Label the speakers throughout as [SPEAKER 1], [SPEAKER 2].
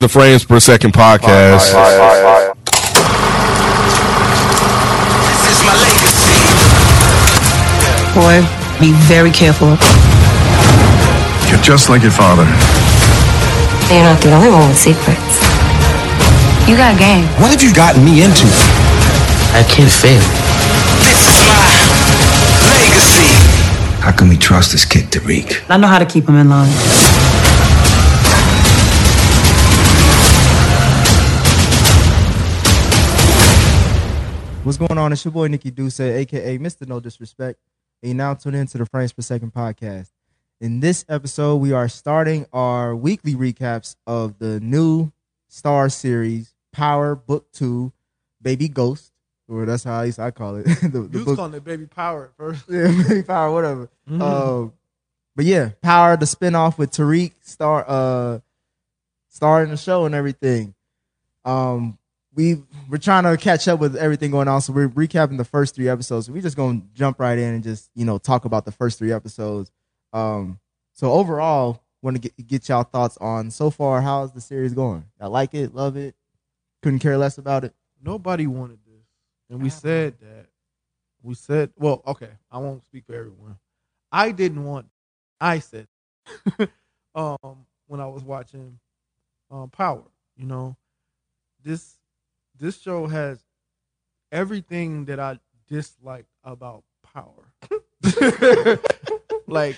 [SPEAKER 1] the frames per second podcast.
[SPEAKER 2] This is my legacy.
[SPEAKER 3] Boy, be very careful.
[SPEAKER 4] You're just like your father.
[SPEAKER 5] You're not the only one with secrets. You got game.
[SPEAKER 6] What have you gotten me into?
[SPEAKER 7] I can't fail.
[SPEAKER 2] This is my legacy.
[SPEAKER 6] How can we trust this kid, Tariq?
[SPEAKER 3] I know how to keep him in line.
[SPEAKER 8] What's going on? It's your boy Nikki Duce, aka Mr. No Disrespect. And you now tune into the Frames Per Second podcast. In this episode, we are starting our weekly recaps of the new Star series, Power Book Two, Baby Ghost, or that's how I used I call it. the, the
[SPEAKER 9] You was
[SPEAKER 8] book,
[SPEAKER 9] calling it baby power at first. Mm-hmm.
[SPEAKER 8] yeah, Baby Power, whatever. Um, but yeah, Power, the spinoff with Tariq star uh starring the show and everything. Um we we're trying to catch up with everything going on, so we're recapping the first three episodes. We're just gonna jump right in and just you know talk about the first three episodes. Um, so overall, want to get get y'all thoughts on so far. How's the series going? I like it, love it, couldn't care less about it.
[SPEAKER 9] Nobody wanted this. And we said that. We said, well, okay, I won't speak for everyone. I didn't want I said um when I was watching um Power, you know. This this show has everything that I disliked about Power. like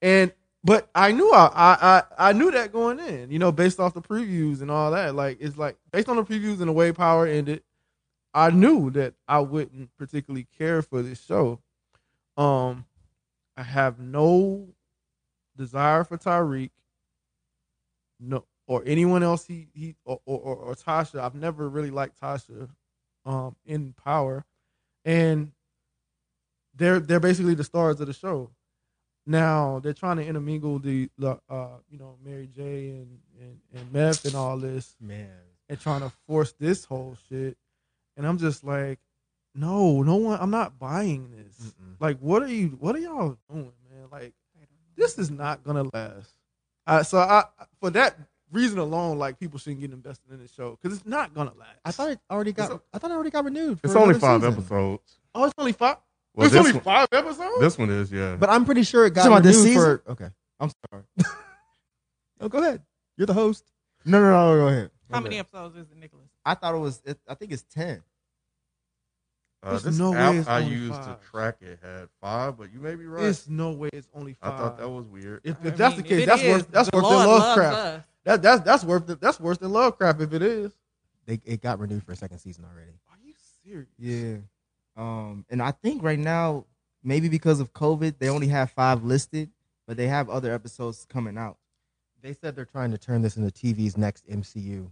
[SPEAKER 9] and but I knew I, I I I knew that going in, you know, based off the previews and all that. Like it's like based on the previews and the way Power ended, I knew that I wouldn't particularly care for this show. Um, I have no desire for Tyreek, no, or anyone else he he or or, or, or Tasha. I've never really liked Tasha, um, in Power, and they're they're basically the stars of the show now they're trying to intermingle the, the uh you know Mary J and and and Meth and all this
[SPEAKER 8] Man,
[SPEAKER 9] and trying to force this whole shit and I'm just like no no one I'm not buying this like what are you what are y'all doing man like this is not gonna last uh, so I for that reason alone like people shouldn't get invested in this show because it's not gonna last
[SPEAKER 8] I thought it already got. I thought it already got renewed.
[SPEAKER 1] It's only five episodes.
[SPEAKER 9] oh it's only five
[SPEAKER 1] Well,
[SPEAKER 9] it's
[SPEAKER 1] this,
[SPEAKER 9] only
[SPEAKER 1] one,
[SPEAKER 9] five episodes
[SPEAKER 1] this one is, yeah.
[SPEAKER 8] but I'm pretty sure it
[SPEAKER 9] got
[SPEAKER 8] about this
[SPEAKER 9] renewed
[SPEAKER 8] season. okay, I'm sorry. oh, go ahead. You're the host. No, no, no. Go ahead.
[SPEAKER 10] How
[SPEAKER 8] Okay.
[SPEAKER 10] many episodes is it, Nicholas?
[SPEAKER 8] I thought it was. It, I think it's ten.
[SPEAKER 1] uh,
[SPEAKER 9] there's
[SPEAKER 1] this
[SPEAKER 9] no way
[SPEAKER 1] app
[SPEAKER 9] it's
[SPEAKER 1] I
[SPEAKER 9] only
[SPEAKER 1] used to
[SPEAKER 9] five.
[SPEAKER 1] track it had five, but you may be right.
[SPEAKER 9] There's no way it's only
[SPEAKER 1] I
[SPEAKER 9] five
[SPEAKER 1] thought that was weird.
[SPEAKER 9] If,
[SPEAKER 10] I
[SPEAKER 9] if that's
[SPEAKER 10] mean,
[SPEAKER 9] the case,
[SPEAKER 10] it
[SPEAKER 9] that's
[SPEAKER 10] is,
[SPEAKER 9] worse. That's
[SPEAKER 10] the
[SPEAKER 9] worse
[SPEAKER 10] Lord
[SPEAKER 9] than
[SPEAKER 10] loves
[SPEAKER 9] Lovecraft.
[SPEAKER 10] us.
[SPEAKER 9] That that's that's worse. Than, that's worse than Lovecraft. If it is,
[SPEAKER 8] They it got renewed for a second season already.
[SPEAKER 9] are you serious?
[SPEAKER 8] Yeah. Um, and I think right now, maybe because of COVID, they only have five listed, but they have other episodes coming out.
[SPEAKER 11] they said they're trying to turn this into TV's next MCU.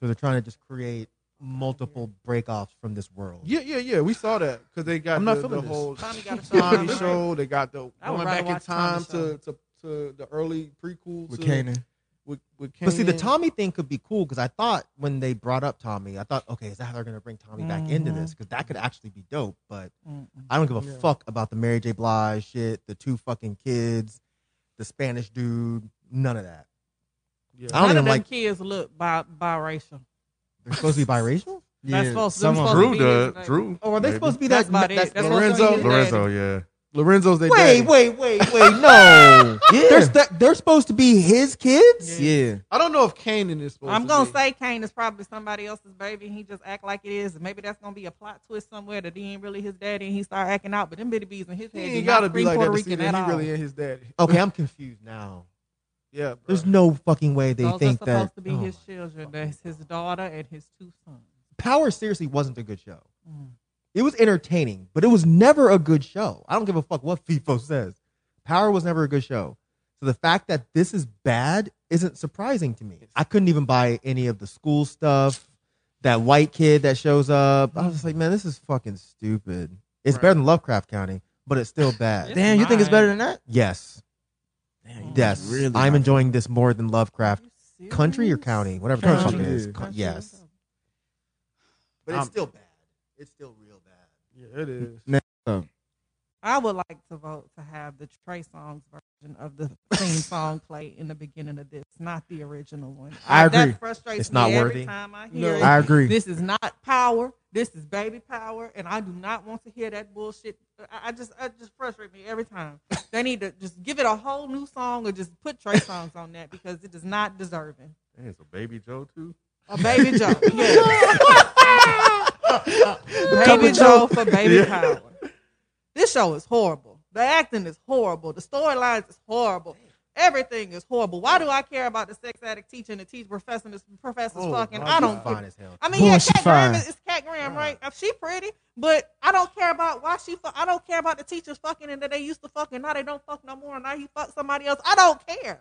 [SPEAKER 11] So they're trying to just create multiple breakoffs from this world.
[SPEAKER 9] Yeah, yeah, yeah. We saw that because they got
[SPEAKER 11] I'm
[SPEAKER 9] the,
[SPEAKER 11] not
[SPEAKER 9] the
[SPEAKER 11] feeling this.
[SPEAKER 9] whole
[SPEAKER 10] Tommy got a song,
[SPEAKER 9] Tommy
[SPEAKER 10] right?
[SPEAKER 9] show. They got the
[SPEAKER 10] I would
[SPEAKER 9] going
[SPEAKER 10] rather
[SPEAKER 9] back in
[SPEAKER 10] watch
[SPEAKER 9] time
[SPEAKER 10] Tommy
[SPEAKER 9] to, to to the early prequel
[SPEAKER 8] With
[SPEAKER 9] to,
[SPEAKER 8] Kanan.
[SPEAKER 9] With, with
[SPEAKER 11] But see, the
[SPEAKER 9] Kanan.
[SPEAKER 11] Tommy thing could be cool because I thought when they brought up Tommy, I thought, okay, is that how they're going to bring Tommy back into
[SPEAKER 8] Mm-hmm.
[SPEAKER 11] this? Because that could actually be dope. But I don't give a
[SPEAKER 9] Yeah.
[SPEAKER 11] fuck about the Mary J. Blige shit, the two fucking kids, the Spanish dude, none of that.
[SPEAKER 9] Yeah.
[SPEAKER 11] I don't
[SPEAKER 10] None
[SPEAKER 11] even
[SPEAKER 10] of them
[SPEAKER 11] like.
[SPEAKER 10] kids look bi- biracial.
[SPEAKER 11] They're supposed to be biracial.
[SPEAKER 10] That's supposed, them
[SPEAKER 8] some of
[SPEAKER 10] supposed
[SPEAKER 1] Drew
[SPEAKER 10] to be
[SPEAKER 1] does.
[SPEAKER 10] his name.
[SPEAKER 1] Drew.
[SPEAKER 9] Oh,
[SPEAKER 11] Or are they
[SPEAKER 1] maybe.
[SPEAKER 11] supposed to be
[SPEAKER 10] That's
[SPEAKER 11] that?
[SPEAKER 10] about it.
[SPEAKER 11] that's-
[SPEAKER 10] That's
[SPEAKER 9] Lorenzo-
[SPEAKER 10] supposed to be his
[SPEAKER 1] Lorenzo,
[SPEAKER 10] daddy.
[SPEAKER 1] yeah.
[SPEAKER 9] Lorenzo's they
[SPEAKER 11] Wait,
[SPEAKER 9] daddy.
[SPEAKER 11] wait, wait, wait! No, they're, st- they're supposed to be his kids.
[SPEAKER 8] Oh, Yeah.
[SPEAKER 9] I don't know if Kanan is supposed.
[SPEAKER 10] I'm
[SPEAKER 9] to
[SPEAKER 10] gonna
[SPEAKER 9] be.
[SPEAKER 10] say Kane is probably somebody else's baby, and he just act like it is. Maybe that's gonna be a plot twist somewhere that he ain't really his daddy, and he start acting out. But them bitty bees in his
[SPEAKER 9] he
[SPEAKER 10] head,
[SPEAKER 9] ain't
[SPEAKER 10] got
[SPEAKER 9] gotta be like
[SPEAKER 10] Puerto
[SPEAKER 9] that. To see
[SPEAKER 10] Rican
[SPEAKER 9] that
[SPEAKER 10] at
[SPEAKER 9] he really
[SPEAKER 10] all.
[SPEAKER 9] ain't his daddy.
[SPEAKER 11] Okay, I'm confused now.
[SPEAKER 9] Yeah, bro.
[SPEAKER 11] There's no fucking way they
[SPEAKER 10] Those are
[SPEAKER 11] think
[SPEAKER 10] supposed
[SPEAKER 11] that
[SPEAKER 10] to be
[SPEAKER 11] Oh
[SPEAKER 10] his
[SPEAKER 11] my-
[SPEAKER 10] children. That's his daughter and his two sons.
[SPEAKER 11] Power seriously wasn't a good show.
[SPEAKER 10] Mm.
[SPEAKER 11] It was entertaining, but it was never a good show. I don't give a fuck what FIFO says. Power was never a good show. So the fact that this is bad isn't surprising to me. I couldn't even buy any of the school stuff. That white kid that shows up, I was just like, man, this is fucking stupid. It's
[SPEAKER 9] Right.
[SPEAKER 11] better than Lovecraft County, but it's still bad.
[SPEAKER 10] It's Damn, you think it's mine. better
[SPEAKER 11] than that? Yes,
[SPEAKER 10] Mm.
[SPEAKER 11] yes. I'm enjoying this more than Lovecraft
[SPEAKER 10] You serious?
[SPEAKER 11] country or county, whatever the
[SPEAKER 8] Country.
[SPEAKER 11] fuck it is.
[SPEAKER 8] Yeah.
[SPEAKER 11] Co-
[SPEAKER 10] Country,
[SPEAKER 11] Yes,
[SPEAKER 9] But it's
[SPEAKER 11] still bad. It's still real bad.
[SPEAKER 9] yeah, it is.
[SPEAKER 10] I would like to vote to have the Trey Songs version of the theme song play in the beginning of this, not the original one.
[SPEAKER 8] I
[SPEAKER 10] That
[SPEAKER 8] agree.
[SPEAKER 10] frustrates
[SPEAKER 11] It's not
[SPEAKER 10] me every
[SPEAKER 11] worthy.
[SPEAKER 10] time I
[SPEAKER 11] No.
[SPEAKER 10] hear it.
[SPEAKER 11] I agree.
[SPEAKER 10] This is not power. This is baby power, and I do not want to hear that bullshit. I, I just, I just frustrate me every time. they need to just give it a whole new song or just put Trey songs on that because it is not deserving.
[SPEAKER 1] Dang, so Baby Joe too.
[SPEAKER 10] A baby Joe, yes. baby Joe for baby
[SPEAKER 1] Yeah.
[SPEAKER 10] power. This show is horrible. The acting is horrible. The storylines is horrible. Everything is horrible. Why do I care about the sex addict teaching the teach professor? This professor's
[SPEAKER 11] Oh,
[SPEAKER 10] fucking.
[SPEAKER 11] God,
[SPEAKER 10] I
[SPEAKER 11] she's
[SPEAKER 10] don't.
[SPEAKER 11] fine
[SPEAKER 10] care.
[SPEAKER 11] as hell.
[SPEAKER 10] I mean,
[SPEAKER 11] Boy,
[SPEAKER 10] yeah,
[SPEAKER 11] she's
[SPEAKER 10] Cat Graham
[SPEAKER 11] fine.
[SPEAKER 10] is, is Cat Graham, right? Uh, She pretty, but I don't care about why she. Fu- I don't care about the teachers fucking and that they used to fuck and now they don't fuck no more and now he fucked somebody else. I don't care.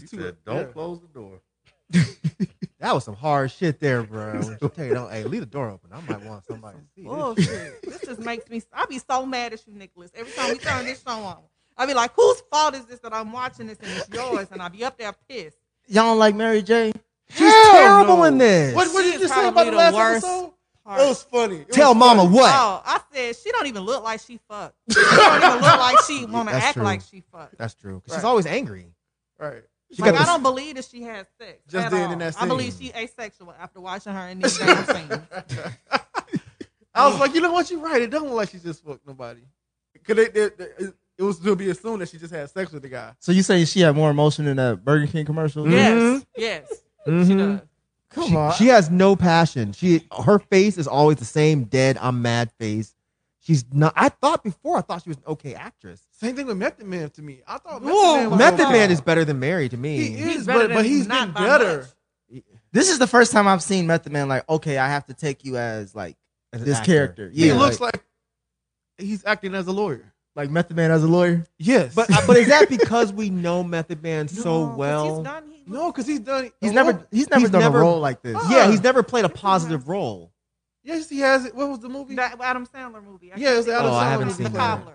[SPEAKER 1] She
[SPEAKER 11] too-
[SPEAKER 1] said, "Don't
[SPEAKER 11] yeah.
[SPEAKER 1] close the door."
[SPEAKER 11] That was some hard shit there, bro. I tell you, don't, hey, leave the door open. I might want somebody to see this
[SPEAKER 10] Bullshit. Oh, this just makes me. I be so mad at you, Nicholas. Every time we turn this show on, I be like, "Whose fault is this that I'm watching this and it's yours?" And I be up there pissed.
[SPEAKER 8] Y'all don't like Mary J?
[SPEAKER 11] She's terrible in this.
[SPEAKER 9] What, what
[SPEAKER 10] She
[SPEAKER 9] did
[SPEAKER 10] is
[SPEAKER 9] you say about
[SPEAKER 10] probably
[SPEAKER 9] the
[SPEAKER 10] the
[SPEAKER 9] last
[SPEAKER 10] worst
[SPEAKER 9] episode?
[SPEAKER 10] part.
[SPEAKER 9] It was funny. It
[SPEAKER 11] Tell
[SPEAKER 9] was
[SPEAKER 11] mama
[SPEAKER 9] funny.
[SPEAKER 11] what?
[SPEAKER 10] Oh, I said she don't even look like she fucked. She don't even look like she want to
[SPEAKER 11] That's
[SPEAKER 10] act
[SPEAKER 11] true.
[SPEAKER 10] like she fucked.
[SPEAKER 11] That's true. 'Cause She's
[SPEAKER 10] Right.
[SPEAKER 11] always angry.
[SPEAKER 9] Right.
[SPEAKER 11] She
[SPEAKER 10] like
[SPEAKER 11] got
[SPEAKER 10] I
[SPEAKER 11] this-
[SPEAKER 10] don't believe that she has sex.
[SPEAKER 9] Just
[SPEAKER 10] at
[SPEAKER 9] then
[SPEAKER 10] all.
[SPEAKER 9] in that
[SPEAKER 10] I believe
[SPEAKER 9] scene.
[SPEAKER 10] she asexual after watching her in these damn scenes.
[SPEAKER 9] I was like, you know what? You're right. It doesn't look like she just fucked nobody. Cause they, they, they- it- it was to be assumed that she just had sex with the guy.
[SPEAKER 8] So you say she had more emotion in that Burger King commercial?
[SPEAKER 9] Mm-hmm.
[SPEAKER 10] Yes, yes, she does.
[SPEAKER 8] Come
[SPEAKER 11] Mm-hmm. She,
[SPEAKER 9] Uh,
[SPEAKER 8] on.
[SPEAKER 11] she has no passion. She her face is always the same dead. I'm mad face. She's not. I thought before. I thought she was an okay actress.
[SPEAKER 9] Same thing with Method Man to me. I thought Method Man
[SPEAKER 11] Whoa,
[SPEAKER 9] was
[SPEAKER 11] Method
[SPEAKER 9] okay.
[SPEAKER 11] Man is better than Mary to me.
[SPEAKER 9] He is,
[SPEAKER 10] better
[SPEAKER 9] but,
[SPEAKER 10] than
[SPEAKER 9] but he's
[SPEAKER 10] not
[SPEAKER 9] been
[SPEAKER 10] by
[SPEAKER 9] better.
[SPEAKER 10] much.
[SPEAKER 8] this is the first time I've seen Method Man like, okay, I have to take you as like
[SPEAKER 11] As an
[SPEAKER 8] this
[SPEAKER 11] actor.
[SPEAKER 8] character.
[SPEAKER 9] He
[SPEAKER 8] Yeah,
[SPEAKER 9] looks
[SPEAKER 8] like,
[SPEAKER 9] like he's acting as a lawyer.
[SPEAKER 8] like Method Man as a lawyer.
[SPEAKER 9] Yes,
[SPEAKER 11] But uh, but is that because we know Method Man so
[SPEAKER 10] No, 'cause
[SPEAKER 11] well?
[SPEAKER 10] He's done, he
[SPEAKER 9] no, because he's done.
[SPEAKER 8] He's
[SPEAKER 9] a
[SPEAKER 8] never
[SPEAKER 9] lot-
[SPEAKER 8] he's never
[SPEAKER 11] He's
[SPEAKER 8] done
[SPEAKER 11] never-
[SPEAKER 8] a role like this.
[SPEAKER 10] Uh-uh.
[SPEAKER 11] yeah, he's never played a
[SPEAKER 10] He's not.
[SPEAKER 11] positive role.
[SPEAKER 9] Yes, he has. it. What was the movie?
[SPEAKER 10] That Adam Sandler movie.
[SPEAKER 9] Yeah, it was the Adam
[SPEAKER 11] Oh, I Sandler haven't
[SPEAKER 10] movie.
[SPEAKER 11] seen
[SPEAKER 10] the
[SPEAKER 11] that.
[SPEAKER 10] Cobbler.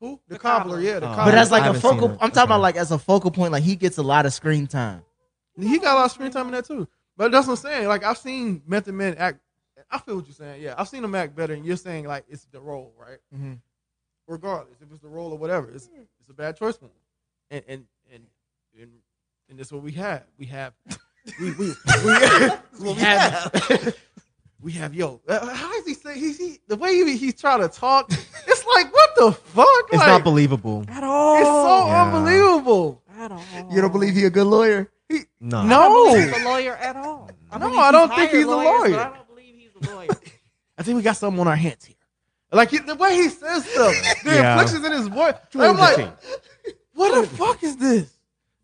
[SPEAKER 9] Who? The,
[SPEAKER 10] The
[SPEAKER 9] cobbler.
[SPEAKER 10] Cobbler.
[SPEAKER 9] Yeah, the
[SPEAKER 11] Oh.
[SPEAKER 9] cobbler.
[SPEAKER 8] But as like
[SPEAKER 11] I
[SPEAKER 8] a
[SPEAKER 11] haven't seen
[SPEAKER 8] focal,
[SPEAKER 11] it.
[SPEAKER 8] I'm talking about
[SPEAKER 11] Okay.
[SPEAKER 8] like as a focal point, like he gets a lot of screen time.
[SPEAKER 9] he got a lot of screen time in that too. But that's what I'm saying. Like I've seen Method Man act. I feel what you're saying. Yeah, I've seen him act better. And you're saying like it's the role, right?
[SPEAKER 8] Mhm.
[SPEAKER 9] Regardless, if it's the role or whatever, it's it's a bad choice for him. And and and and, and that's what we have. We have we we we, we have. We have yo. uh, How is he saying? He's he, the way he, he's trying to talk. It's like what the fuck?
[SPEAKER 11] It's
[SPEAKER 9] like,
[SPEAKER 11] not believable.
[SPEAKER 10] At all.
[SPEAKER 9] It's so
[SPEAKER 11] Yeah.
[SPEAKER 9] unbelievable.
[SPEAKER 10] At all.
[SPEAKER 8] You don't believe he a good lawyer?
[SPEAKER 11] No.
[SPEAKER 10] I don't
[SPEAKER 9] No.
[SPEAKER 10] believe he's a lawyer at all. I
[SPEAKER 9] Oh. No,
[SPEAKER 10] believe
[SPEAKER 9] I
[SPEAKER 10] he's
[SPEAKER 9] don't think
[SPEAKER 10] hired
[SPEAKER 9] he's a
[SPEAKER 10] lawyers,
[SPEAKER 9] lawyer.
[SPEAKER 10] But I don't believe he's a lawyer.
[SPEAKER 9] I think we got something on our hands here. Like he- the way he says stuff, the
[SPEAKER 11] Yeah.
[SPEAKER 9] inflections in his voice. I'm like, what the fuck is this?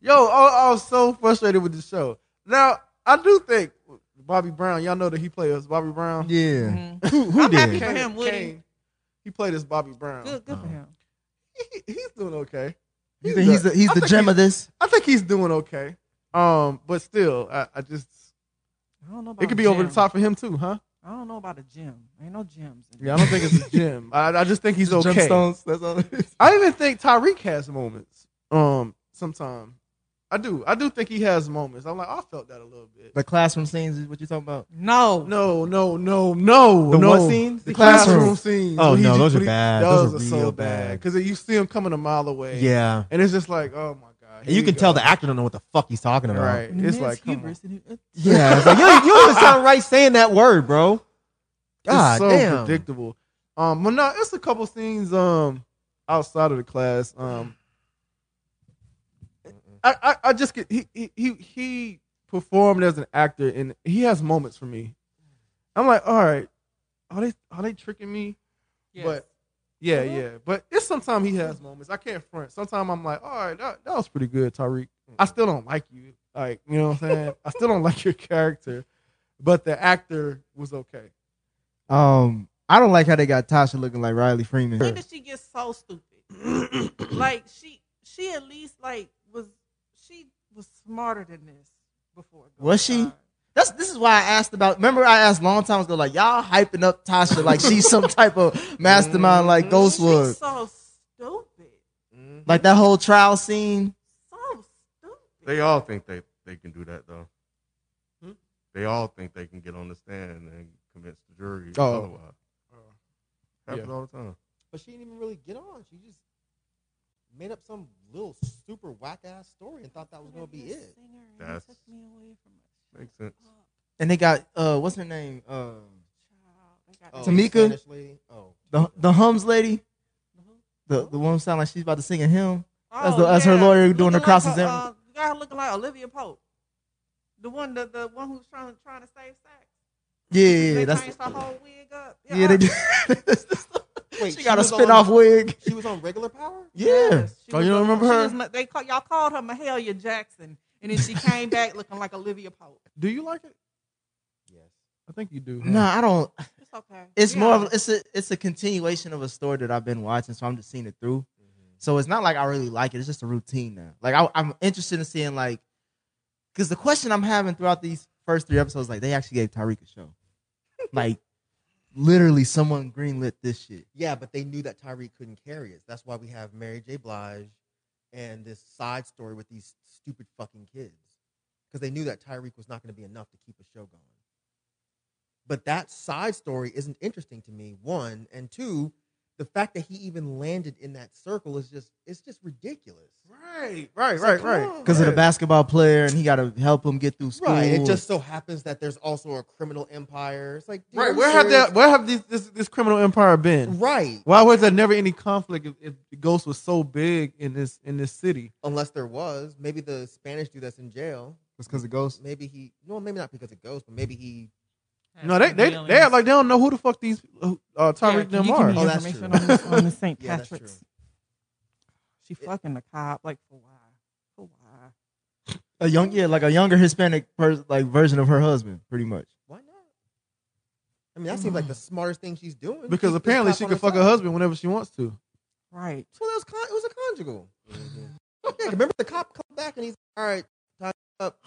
[SPEAKER 9] Yo, I, I was so frustrated with the show. Now I do think Bobby Brown. Y'all know that he played us Bobby Brown.
[SPEAKER 11] Yeah.
[SPEAKER 10] Mhm.
[SPEAKER 11] Who, who
[SPEAKER 10] I'm happy
[SPEAKER 11] did?
[SPEAKER 10] for him, Woody.
[SPEAKER 9] Kane, he played as Bobby Brown.
[SPEAKER 10] Good, good for
[SPEAKER 11] Oh.
[SPEAKER 10] him.
[SPEAKER 9] He- he's doing okay.
[SPEAKER 8] You think he's the, he's
[SPEAKER 9] I
[SPEAKER 8] the
[SPEAKER 9] think
[SPEAKER 8] gem
[SPEAKER 9] he's-
[SPEAKER 8] of this?
[SPEAKER 9] I think he's doing okay. Um, but still, I, I just
[SPEAKER 10] I don't know about
[SPEAKER 9] it could
[SPEAKER 10] a
[SPEAKER 9] be over the
[SPEAKER 10] gym.
[SPEAKER 9] top for him too, huh?
[SPEAKER 10] I don't know about a gym. Ain't no gyms. in
[SPEAKER 9] Yeah, I don't think it's a gym. I, I just think he's okay.
[SPEAKER 8] Gemstones. That's all. It is.
[SPEAKER 9] I even think Tyreek has moments. Um, sometime I do. I do think he has moments. I'm like, I felt that a little bit.
[SPEAKER 8] The classroom scenes is what you talking about?
[SPEAKER 10] No.
[SPEAKER 9] no, no, no, no.
[SPEAKER 11] The
[SPEAKER 9] no.
[SPEAKER 11] what scenes?
[SPEAKER 9] The
[SPEAKER 11] The
[SPEAKER 9] classroom,
[SPEAKER 11] classroom.
[SPEAKER 9] scenes.
[SPEAKER 11] Oh,
[SPEAKER 9] When he
[SPEAKER 11] no,
[SPEAKER 9] just-
[SPEAKER 11] those are
[SPEAKER 9] when he-
[SPEAKER 11] bad.
[SPEAKER 9] Those,
[SPEAKER 11] Those are
[SPEAKER 9] are so
[SPEAKER 11] real
[SPEAKER 9] bad
[SPEAKER 11] bad.
[SPEAKER 9] because you see him coming a mile away.
[SPEAKER 11] Yeah.
[SPEAKER 9] and it's just like, oh my god.
[SPEAKER 11] And
[SPEAKER 9] here
[SPEAKER 11] you
[SPEAKER 9] we
[SPEAKER 11] can tell
[SPEAKER 9] go.
[SPEAKER 11] the actor don't know what the fuck he's talking about.
[SPEAKER 9] Right. It's like, come on.
[SPEAKER 10] hubris in it.
[SPEAKER 11] Yeah. It's like, you, don't- you don't even sound right saying that word, bro. God
[SPEAKER 9] it's so
[SPEAKER 11] damn.
[SPEAKER 9] predictable. Um, but no, it's a couple scenes um outside of the class. Um, I I, I just get he, he he he performed as an actor and he has moments for me. I'm like, all right, are they are they tricking me?
[SPEAKER 10] Yes.
[SPEAKER 9] But yeah,
[SPEAKER 11] Uh-huh.
[SPEAKER 10] Mhm.
[SPEAKER 9] yeah. But it's sometimes he has moments. I can't front. Sometimes I'm like, all right, that, that was pretty good, Tyreek. I still don't like you. Like, you know what I'm saying? I still don't like your character, but the actor was okay.
[SPEAKER 8] Um, I don't like how they got Tasha looking like Riley Freeman.
[SPEAKER 10] I think that she gets so stupid. like she she at least like was she was smarter than this before.
[SPEAKER 8] Was she? That's this is why I asked about. Remember, I asked long time ago, like y'all hyping up Tasha like she's some type of mastermind,
[SPEAKER 11] Mm-hmm.
[SPEAKER 8] like
[SPEAKER 10] Ghostwood?
[SPEAKER 8] Ghostwood,
[SPEAKER 10] She's so stupid.
[SPEAKER 8] like that whole trial scene.
[SPEAKER 10] So stupid.
[SPEAKER 1] They all think they they can do that though.
[SPEAKER 9] Hmm?
[SPEAKER 1] They all think they can get on the stand and convince the jury.
[SPEAKER 9] Oh.
[SPEAKER 1] Otherwise.
[SPEAKER 9] Oh.
[SPEAKER 1] Happens
[SPEAKER 9] Yeah.
[SPEAKER 1] all the time.
[SPEAKER 11] But she didn't even really get on. She just made up some little super whack ass story and thought that was gonna be it.
[SPEAKER 1] That's makes sense.
[SPEAKER 8] And they got uh, what's her name? Uh,
[SPEAKER 11] Oh,
[SPEAKER 8] Tamika,
[SPEAKER 11] Spanish lady? Oh,
[SPEAKER 8] the the hums lady,
[SPEAKER 10] Mm-hmm.
[SPEAKER 8] the the one sound like she's about to sing a hymn. That's the that's her lawyer doing her cross
[SPEAKER 10] Oh, Like her,
[SPEAKER 8] exam.
[SPEAKER 10] uh, you got her looking like Olivia Pope, the one the, the one who's trying trying to save sex.
[SPEAKER 8] yeah, yeah,
[SPEAKER 10] they
[SPEAKER 8] yeah, that's
[SPEAKER 10] changed her whole wig up.
[SPEAKER 8] yeah. They,
[SPEAKER 11] Wait,
[SPEAKER 8] she got a
[SPEAKER 11] was on-
[SPEAKER 8] spin off wig.
[SPEAKER 11] She was on regular power.
[SPEAKER 8] Yeah.
[SPEAKER 10] She
[SPEAKER 8] oh,
[SPEAKER 10] was
[SPEAKER 8] you don't
[SPEAKER 10] a-
[SPEAKER 8] remember
[SPEAKER 10] she
[SPEAKER 8] her?
[SPEAKER 10] was Ma- they call, y'all called her Mahalia Jackson, and then she came back looking like Olivia Pope.
[SPEAKER 9] Do you like it?
[SPEAKER 11] Yes.
[SPEAKER 9] I think you do.
[SPEAKER 8] No, I don't.
[SPEAKER 10] It's okay.
[SPEAKER 8] It's
[SPEAKER 10] Yeah.
[SPEAKER 8] more of it's a it's a continuation of a story that I've been watching, so I'm just seeing it through.
[SPEAKER 11] Mm-hmm.
[SPEAKER 8] So it's not like I really like it. It's just a routine now. Like I, I'm interested in seeing like, because the question I'm having throughout these first three episodes, like they actually gave Tyreek a show, like literally someone greenlit this shit.
[SPEAKER 11] Yeah, but they knew that Tyreek couldn't carry it. That's why we have Mary J. Blige and this side story with these stupid fucking kids. Because they knew that Tyreek was not going to be enough to keep a show going. But that side story isn't interesting to me, one. And two, the fact that he even landed in that circle is just it's just ridiculous.
[SPEAKER 9] Right.
[SPEAKER 11] Right,
[SPEAKER 8] Because of the basketball player, and he got to help him get through school.
[SPEAKER 11] Right. It just so happens that there's also a criminal empire. It's like dude,
[SPEAKER 9] Right.
[SPEAKER 11] I'm
[SPEAKER 9] Where have
[SPEAKER 11] serious.
[SPEAKER 9] that? Where have these, this this criminal empire been?
[SPEAKER 11] Right.
[SPEAKER 9] Why was there never any conflict if, if the ghost was so big in this in this city?
[SPEAKER 11] Unless there was. Maybe the Spanish dude that's in jail
[SPEAKER 8] it's because of Ghost.
[SPEAKER 11] maybe he no maybe not because of ghosts but maybe he
[SPEAKER 9] No, they they, they act like they don't know who the fuck these uh, uh,
[SPEAKER 10] Tyreek
[SPEAKER 9] Tyreek them are.
[SPEAKER 11] me- Oh, that's true.
[SPEAKER 10] on, this, on the St.
[SPEAKER 11] Yeah, that's
[SPEAKER 10] Patrick's.
[SPEAKER 11] true.
[SPEAKER 10] She fucking the cop, like for why? For why?
[SPEAKER 8] A young, yeah, like a younger Hispanic person, like version of her husband, pretty much.
[SPEAKER 11] why not i mean that seems like the smartest thing she's doing Keep
[SPEAKER 9] Mm-hmm. Because
[SPEAKER 11] this
[SPEAKER 9] apparently
[SPEAKER 11] cop
[SPEAKER 9] she
[SPEAKER 11] on
[SPEAKER 9] could
[SPEAKER 11] her
[SPEAKER 9] fuck her
[SPEAKER 11] side.
[SPEAKER 9] husband whenever she wants to.
[SPEAKER 10] Right.
[SPEAKER 11] well it was, con- it was a conjugal
[SPEAKER 9] Mm-hmm.
[SPEAKER 11] yeah remember the cop comes back and he's all right tie it up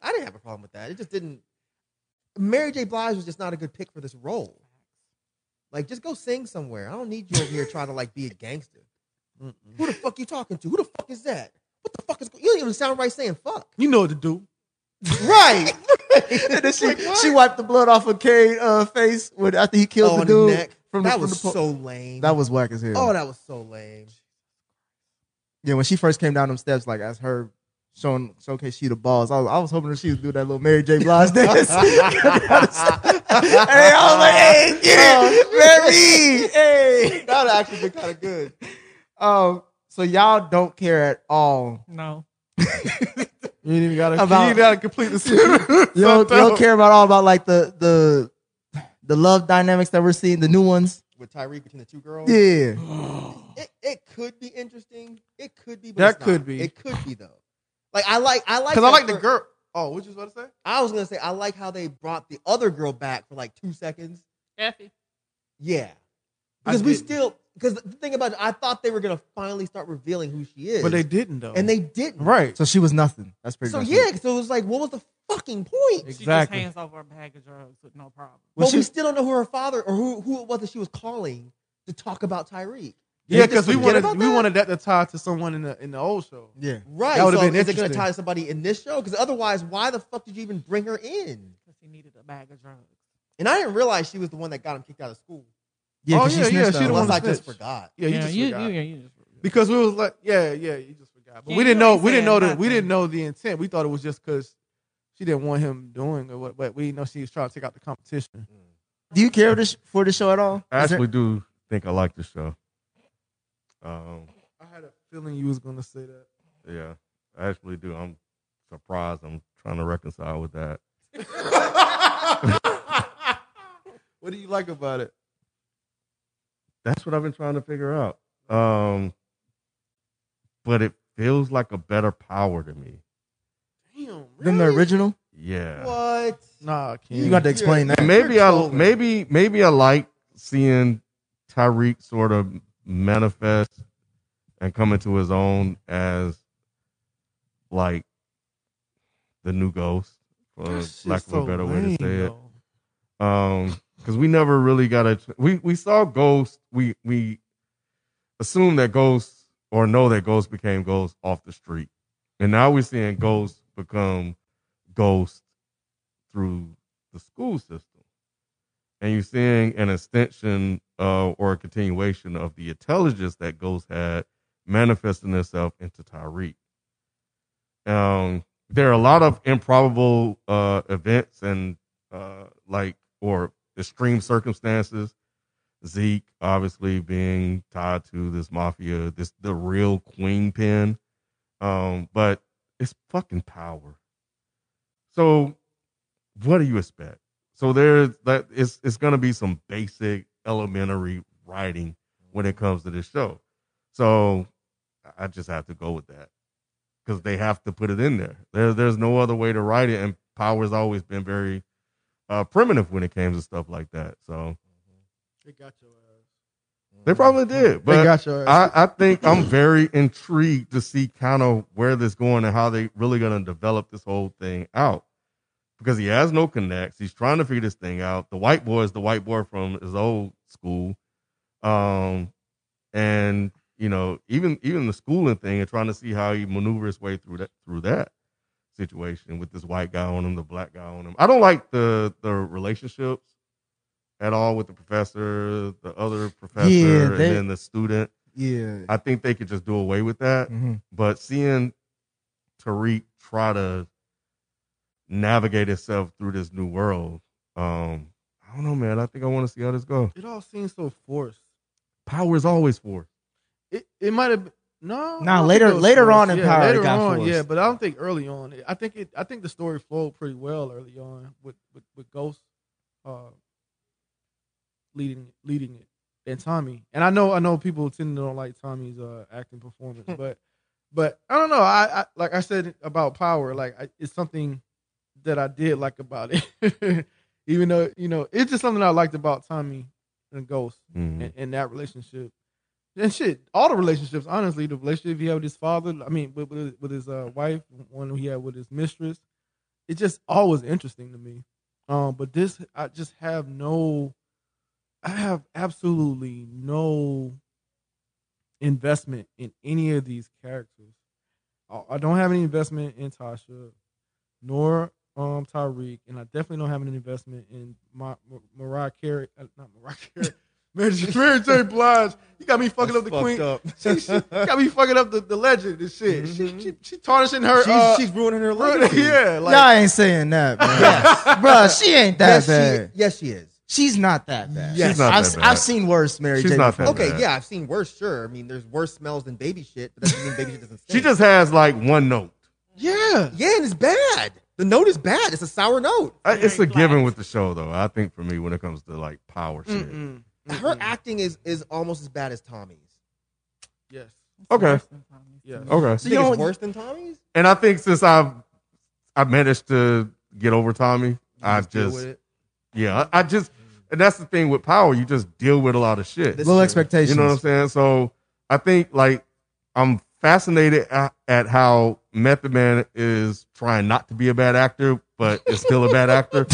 [SPEAKER 11] i didn't have a problem with that it just didn't mary j blige was just not a good pick for this role like just go sing somewhere i don't need you over here trying to like be a gangster who the fuck you talking to who the fuck is that what the fuck is go- you don't even sound right saying fuck
[SPEAKER 9] You know what to do.
[SPEAKER 11] right
[SPEAKER 8] and then she, she wiped the blood off of Cade's uh, face when after he killed
[SPEAKER 11] Oh,
[SPEAKER 8] the
[SPEAKER 11] on
[SPEAKER 8] dude.
[SPEAKER 11] the neck.
[SPEAKER 8] From
[SPEAKER 11] that
[SPEAKER 8] the, from
[SPEAKER 11] was
[SPEAKER 8] the po-
[SPEAKER 11] so lame.
[SPEAKER 8] that was whack as hell.
[SPEAKER 11] oh, that was so lame.
[SPEAKER 8] yeah, when she first came down them steps, like as her showing showcase she the balls, I was, I was hoping that she would do that little Mary J. Blige dance. hey, I was like, hey, get it,
[SPEAKER 11] Oh,
[SPEAKER 8] Mary, hey.
[SPEAKER 11] That would actually been kind of good.
[SPEAKER 8] Um, so y'all don't care at all.
[SPEAKER 10] No.
[SPEAKER 9] You ain't even gotta,
[SPEAKER 8] About-
[SPEAKER 9] you ain't gotta complete the series.
[SPEAKER 8] You don't, you don't care about all about like the the the love dynamics that we're seeing, the new ones.
[SPEAKER 11] With Tyreek between the two girls,
[SPEAKER 8] Yeah.
[SPEAKER 11] it, it could be interesting. It could be. But
[SPEAKER 9] That
[SPEAKER 11] it's not.
[SPEAKER 9] could be.
[SPEAKER 11] It could be though. Like I like I like
[SPEAKER 9] Because I
[SPEAKER 11] that
[SPEAKER 9] like the
[SPEAKER 11] fir-
[SPEAKER 9] girl. Oh, what you was about to say?
[SPEAKER 11] I was gonna say I like how they brought the other girl back for like two seconds.
[SPEAKER 10] Effie.
[SPEAKER 11] Yeah,
[SPEAKER 9] I
[SPEAKER 11] because we
[SPEAKER 9] didn't.
[SPEAKER 11] still because the thing about it, I thought they were gonna finally start revealing who she is,
[SPEAKER 9] But they didn't though.
[SPEAKER 11] and they didn't.
[SPEAKER 9] right.
[SPEAKER 8] So she was nothing. That's pretty.
[SPEAKER 11] So
[SPEAKER 8] much
[SPEAKER 11] yeah,
[SPEAKER 8] it.
[SPEAKER 11] so it was like, what was the fucking point?
[SPEAKER 10] She
[SPEAKER 9] Exactly.
[SPEAKER 10] just hands over a bag of drugs with no problem.
[SPEAKER 11] But
[SPEAKER 8] Well, she-
[SPEAKER 11] we still don't know who her father or who, who it was that she was calling to talk about Tyreek.
[SPEAKER 9] Yeah,
[SPEAKER 11] Did they
[SPEAKER 9] because
[SPEAKER 11] just
[SPEAKER 9] we
[SPEAKER 11] forget
[SPEAKER 9] wanted
[SPEAKER 11] about
[SPEAKER 9] we
[SPEAKER 11] that?
[SPEAKER 9] wanted that to tie to someone in the in the old show.
[SPEAKER 8] yeah.
[SPEAKER 11] right.
[SPEAKER 9] that would've
[SPEAKER 11] so
[SPEAKER 9] been
[SPEAKER 11] is it going to
[SPEAKER 9] interesting.
[SPEAKER 11] tie to somebody in this show? Because otherwise, why the fuck did you even bring her in?
[SPEAKER 10] Because he needed a bag of drugs.
[SPEAKER 11] And I didn't realize she was the one that got him kicked out of school.
[SPEAKER 8] Yeah,
[SPEAKER 9] Oh,
[SPEAKER 8] 'cause
[SPEAKER 9] yeah,
[SPEAKER 8] she
[SPEAKER 9] yeah, she
[SPEAKER 8] snitched on
[SPEAKER 9] the
[SPEAKER 8] him.
[SPEAKER 9] one
[SPEAKER 11] Unless
[SPEAKER 9] that
[SPEAKER 11] I just
[SPEAKER 9] snitched.
[SPEAKER 11] forgot.
[SPEAKER 9] Yeah, you just forgot.
[SPEAKER 10] yeah, you just forgot.
[SPEAKER 9] Because we was like, yeah, yeah, you just forgot. But
[SPEAKER 10] Yeah,
[SPEAKER 9] we
[SPEAKER 10] you
[SPEAKER 9] didn't know
[SPEAKER 10] ain't
[SPEAKER 9] we didn't
[SPEAKER 10] saying
[SPEAKER 9] know the we
[SPEAKER 10] nothing.
[SPEAKER 9] didn't know the intent. We thought it was just because she didn't want him doing or what. But we didn't know she was trying to take out the
[SPEAKER 10] Mm.
[SPEAKER 9] competition.
[SPEAKER 8] Do you care for this, for this show at all?
[SPEAKER 1] I
[SPEAKER 8] Is there-
[SPEAKER 1] actually do think I like the show. Um,
[SPEAKER 9] I had a feeling you was gonna say that.
[SPEAKER 1] yeah, I actually do. I'm surprised. I'm trying to reconcile with that.
[SPEAKER 9] What do you like about it?
[SPEAKER 1] That's what I've been trying to figure out. Um, but it feels like a better power to me.
[SPEAKER 9] Damn,
[SPEAKER 8] than the original.
[SPEAKER 1] Yeah.
[SPEAKER 11] What?
[SPEAKER 9] Nah, Ken.
[SPEAKER 8] You got to explain that.
[SPEAKER 1] And maybe I
[SPEAKER 11] trolling.
[SPEAKER 1] maybe maybe I like seeing Tyreek sort of manifest and come into his own as like the new ghost, for
[SPEAKER 9] That shit's
[SPEAKER 1] lack of
[SPEAKER 9] so
[SPEAKER 1] a better way
[SPEAKER 9] lame,
[SPEAKER 1] to say it.
[SPEAKER 9] though.
[SPEAKER 1] Um, because we never really got a we we saw Ghost. We we assume that Ghost or know that Ghost became Ghost off the street, and now we're seeing Ghost become Ghost through the school system, and you're seeing an extension uh, or a continuation of the intelligence that Ghost had manifesting itself into Tyreek. Um, there are a lot of improbable uh, events and uh, like or extreme circumstances. Zeke obviously being tied to this mafia, this the real queen pin. Um, but it's fucking power. So what do you expect? So there's that it's it's gonna be some basic elementary writing when it comes to this show. So I just have to go with that because they have to put it in there. There, there's no other way to write it, and Power's always been very uh, primitive when it came to stuff like that. So
[SPEAKER 9] They got your ass.
[SPEAKER 1] they probably did, but
[SPEAKER 9] They got your
[SPEAKER 1] I,
[SPEAKER 9] ass.
[SPEAKER 1] I think I'm very intrigued to see kind of where this going and how they really going to develop this whole thing out because he has no connects. He's trying to figure this thing out. The white boy is the white boy from his old school, um, and you know even even the schooling thing and trying to see how he maneuvers his way through that through that situation with this white guy on him, the black guy on him. I don't like the the relationships at all with the professor, the other professor,
[SPEAKER 8] they-
[SPEAKER 1] and then the student.
[SPEAKER 8] Yeah.
[SPEAKER 1] I think they could just do away with that.
[SPEAKER 11] Mm.
[SPEAKER 8] Mhm.
[SPEAKER 1] But seeing Tariq try to navigate itself through this new world, um, I don't know, man. I think I want to see how this goes.
[SPEAKER 9] It all seems so forced.
[SPEAKER 1] Power is always for.
[SPEAKER 9] It it might have no.
[SPEAKER 8] Nah, later- later on in
[SPEAKER 9] yeah,
[SPEAKER 8] Power it
[SPEAKER 9] Later
[SPEAKER 8] got
[SPEAKER 9] on,
[SPEAKER 8] forced.
[SPEAKER 9] yeah, but I don't think early on. I think it. I think the story flowed pretty well early on with with, with Ghost, uh, leading leading it, and Tommy. And I know I know people tend to don't like Tommy's uh acting performance, but but I don't know. I, I like I said about Power, like I, it's something that I did like about it. Even though you know, it's just something I liked about Tommy and Ghost
[SPEAKER 1] Mhm.
[SPEAKER 11] Mm.
[SPEAKER 9] and, and that relationship. And shit, all the relationships, honestly, the relationship he had with his father, I mean, with, with, with his uh, wife, one he had with his mistress, it's just always interesting to me. Um, but this, I just have no, I have absolutely no investment in any of these characters. I, I don't have any investment in Tasha, nor um Tyreek, and I definitely don't have an investment in my Mariah Carey, uh, not Mariah Carey, Mary, J- Mary J. Blige. You got me fucking up the queen. She, she you got me fucking up the, the legend and shit. She, she, she tarnishing her.
[SPEAKER 11] Mm-hmm. She's,
[SPEAKER 9] uh,
[SPEAKER 11] she's ruining her
[SPEAKER 9] her-
[SPEAKER 11] life.
[SPEAKER 9] yeah, like
[SPEAKER 8] Y'all ain't saying that, man. Bruh, she ain't that
[SPEAKER 11] yes,
[SPEAKER 8] bad.
[SPEAKER 11] she, yes, she is.
[SPEAKER 8] She's not that bad.
[SPEAKER 11] Yes. She's
[SPEAKER 1] not
[SPEAKER 8] I've,
[SPEAKER 1] that bad.
[SPEAKER 8] I've seen worse, Mary
[SPEAKER 1] She's
[SPEAKER 8] J.
[SPEAKER 1] not that
[SPEAKER 8] before.
[SPEAKER 1] bad.
[SPEAKER 11] Okay, yeah, I've seen worse. Sure, I mean, there's worse smells than baby shit, but that doesn't mean baby shit doesn't. Stink.
[SPEAKER 1] She just has like one note.
[SPEAKER 9] yeah.
[SPEAKER 11] yeah, and it's bad. The note is bad. It's a sour note.
[SPEAKER 1] I- It's a
[SPEAKER 10] Very
[SPEAKER 1] given
[SPEAKER 10] black.
[SPEAKER 1] with the show, though. I think for me, when it comes to like power shit.
[SPEAKER 9] Mm-mm.
[SPEAKER 11] Her acting is is almost as bad as Tommy's.
[SPEAKER 9] Yes.
[SPEAKER 1] Okay.
[SPEAKER 9] Yes.
[SPEAKER 1] Okay.
[SPEAKER 11] So you think
[SPEAKER 8] you
[SPEAKER 11] it's
[SPEAKER 8] don't-
[SPEAKER 11] worse than Tommy's?
[SPEAKER 1] And I think since I've I managed to get over Tommy, I
[SPEAKER 11] Let's deal
[SPEAKER 1] just
[SPEAKER 11] with it.
[SPEAKER 1] yeah, I I just and that's the thing with power. You just deal with a lot of shit.
[SPEAKER 11] This-
[SPEAKER 8] Low
[SPEAKER 11] Sure.
[SPEAKER 8] expectations.
[SPEAKER 1] You know what I'm saying? So I think like I'm fascinated at, at how Method Man is trying not to be a bad actor, but is still a bad actor.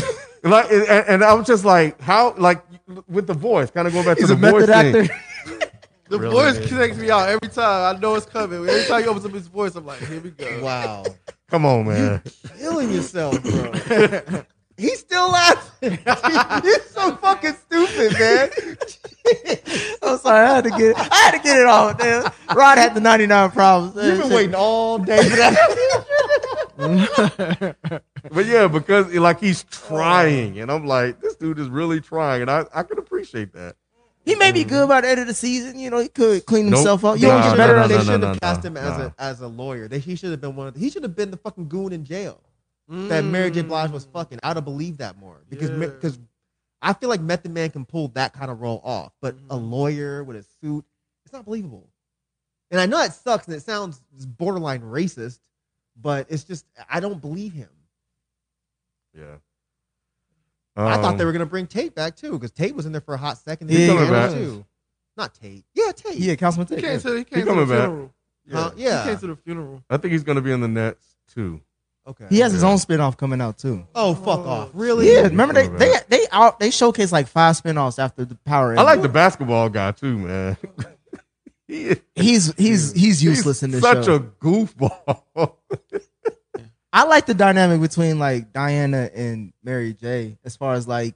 [SPEAKER 1] Like, and, and I was just like, how, like, with the voice, kind of going back
[SPEAKER 8] He's
[SPEAKER 1] to
[SPEAKER 8] a
[SPEAKER 1] the voice
[SPEAKER 8] method
[SPEAKER 1] thing.
[SPEAKER 8] actor.
[SPEAKER 9] The
[SPEAKER 1] Really
[SPEAKER 9] voice
[SPEAKER 1] is.
[SPEAKER 9] takes me out every time. I know it's coming. Every time he opens up his voice, I'm like, here we go.
[SPEAKER 11] Wow,
[SPEAKER 1] Come on, man.
[SPEAKER 11] killing yourself, bro. He's still laughing. it's so fucking stupid, man.
[SPEAKER 8] I'm sorry, I had to get it. I had to get it off. Man. Rod had the 99 problems.
[SPEAKER 11] You've been waiting all day for that.
[SPEAKER 1] But yeah, because eh, like he's trying, and I'm like, this dude is really trying, and I, I could appreciate that.
[SPEAKER 8] He may be good by the end of the season. You know, he could clean
[SPEAKER 1] Nope.
[SPEAKER 8] himself up.
[SPEAKER 11] You
[SPEAKER 8] You don't
[SPEAKER 11] know
[SPEAKER 1] Nah,
[SPEAKER 11] what's
[SPEAKER 8] get
[SPEAKER 11] better?
[SPEAKER 8] better
[SPEAKER 1] nah, nah,
[SPEAKER 8] at
[SPEAKER 11] they
[SPEAKER 1] nah,
[SPEAKER 11] should have
[SPEAKER 1] nah,
[SPEAKER 11] cast him as
[SPEAKER 1] nah.
[SPEAKER 11] a as a lawyer. They, he should have been one of. The, he should have been the fucking goon in jail
[SPEAKER 9] Mm.
[SPEAKER 11] that Mary J. Blige was fucking. I'd have believed that more because
[SPEAKER 9] Yeah.
[SPEAKER 11] because I feel like Method Man can pull that kind of role off, but a
[SPEAKER 9] Mhm.
[SPEAKER 11] lawyer with a suit, it's not believable. And I know that sucks and it sounds borderline racist, but it's just I don't believe him.
[SPEAKER 1] Yeah.
[SPEAKER 11] I thought
[SPEAKER 1] Um,
[SPEAKER 11] they
[SPEAKER 8] Oh.
[SPEAKER 11] were gonna bring Tate back too because Tate was in there for a hot second.
[SPEAKER 8] He's
[SPEAKER 11] They
[SPEAKER 1] coming
[SPEAKER 11] banned
[SPEAKER 8] back.
[SPEAKER 11] him, too. Not Tate. Yeah, Tate.
[SPEAKER 8] Yeah, Councilman
[SPEAKER 9] He
[SPEAKER 8] Tate.
[SPEAKER 9] came to, he came to
[SPEAKER 1] coming
[SPEAKER 9] the
[SPEAKER 1] back.
[SPEAKER 9] funeral.
[SPEAKER 11] Huh?
[SPEAKER 9] He
[SPEAKER 11] yeah.
[SPEAKER 9] came to the funeral.
[SPEAKER 1] I think he's gonna be in the Nets too.
[SPEAKER 11] Okay.
[SPEAKER 8] He has his
[SPEAKER 1] Yeah.
[SPEAKER 8] own spin-off coming out too.
[SPEAKER 11] Oh fuck off! Really?
[SPEAKER 8] Yeah, remember they
[SPEAKER 1] Right.
[SPEAKER 8] they they out they showcased like five spin-offs after the Power.
[SPEAKER 1] I like
[SPEAKER 8] ended.
[SPEAKER 1] the basketball guy too, man. he is
[SPEAKER 8] He's he's he's useless
[SPEAKER 1] he's
[SPEAKER 8] in this
[SPEAKER 1] such
[SPEAKER 8] show.
[SPEAKER 1] a goofball.
[SPEAKER 8] I like the dynamic between like Diana and Mary J. As far as like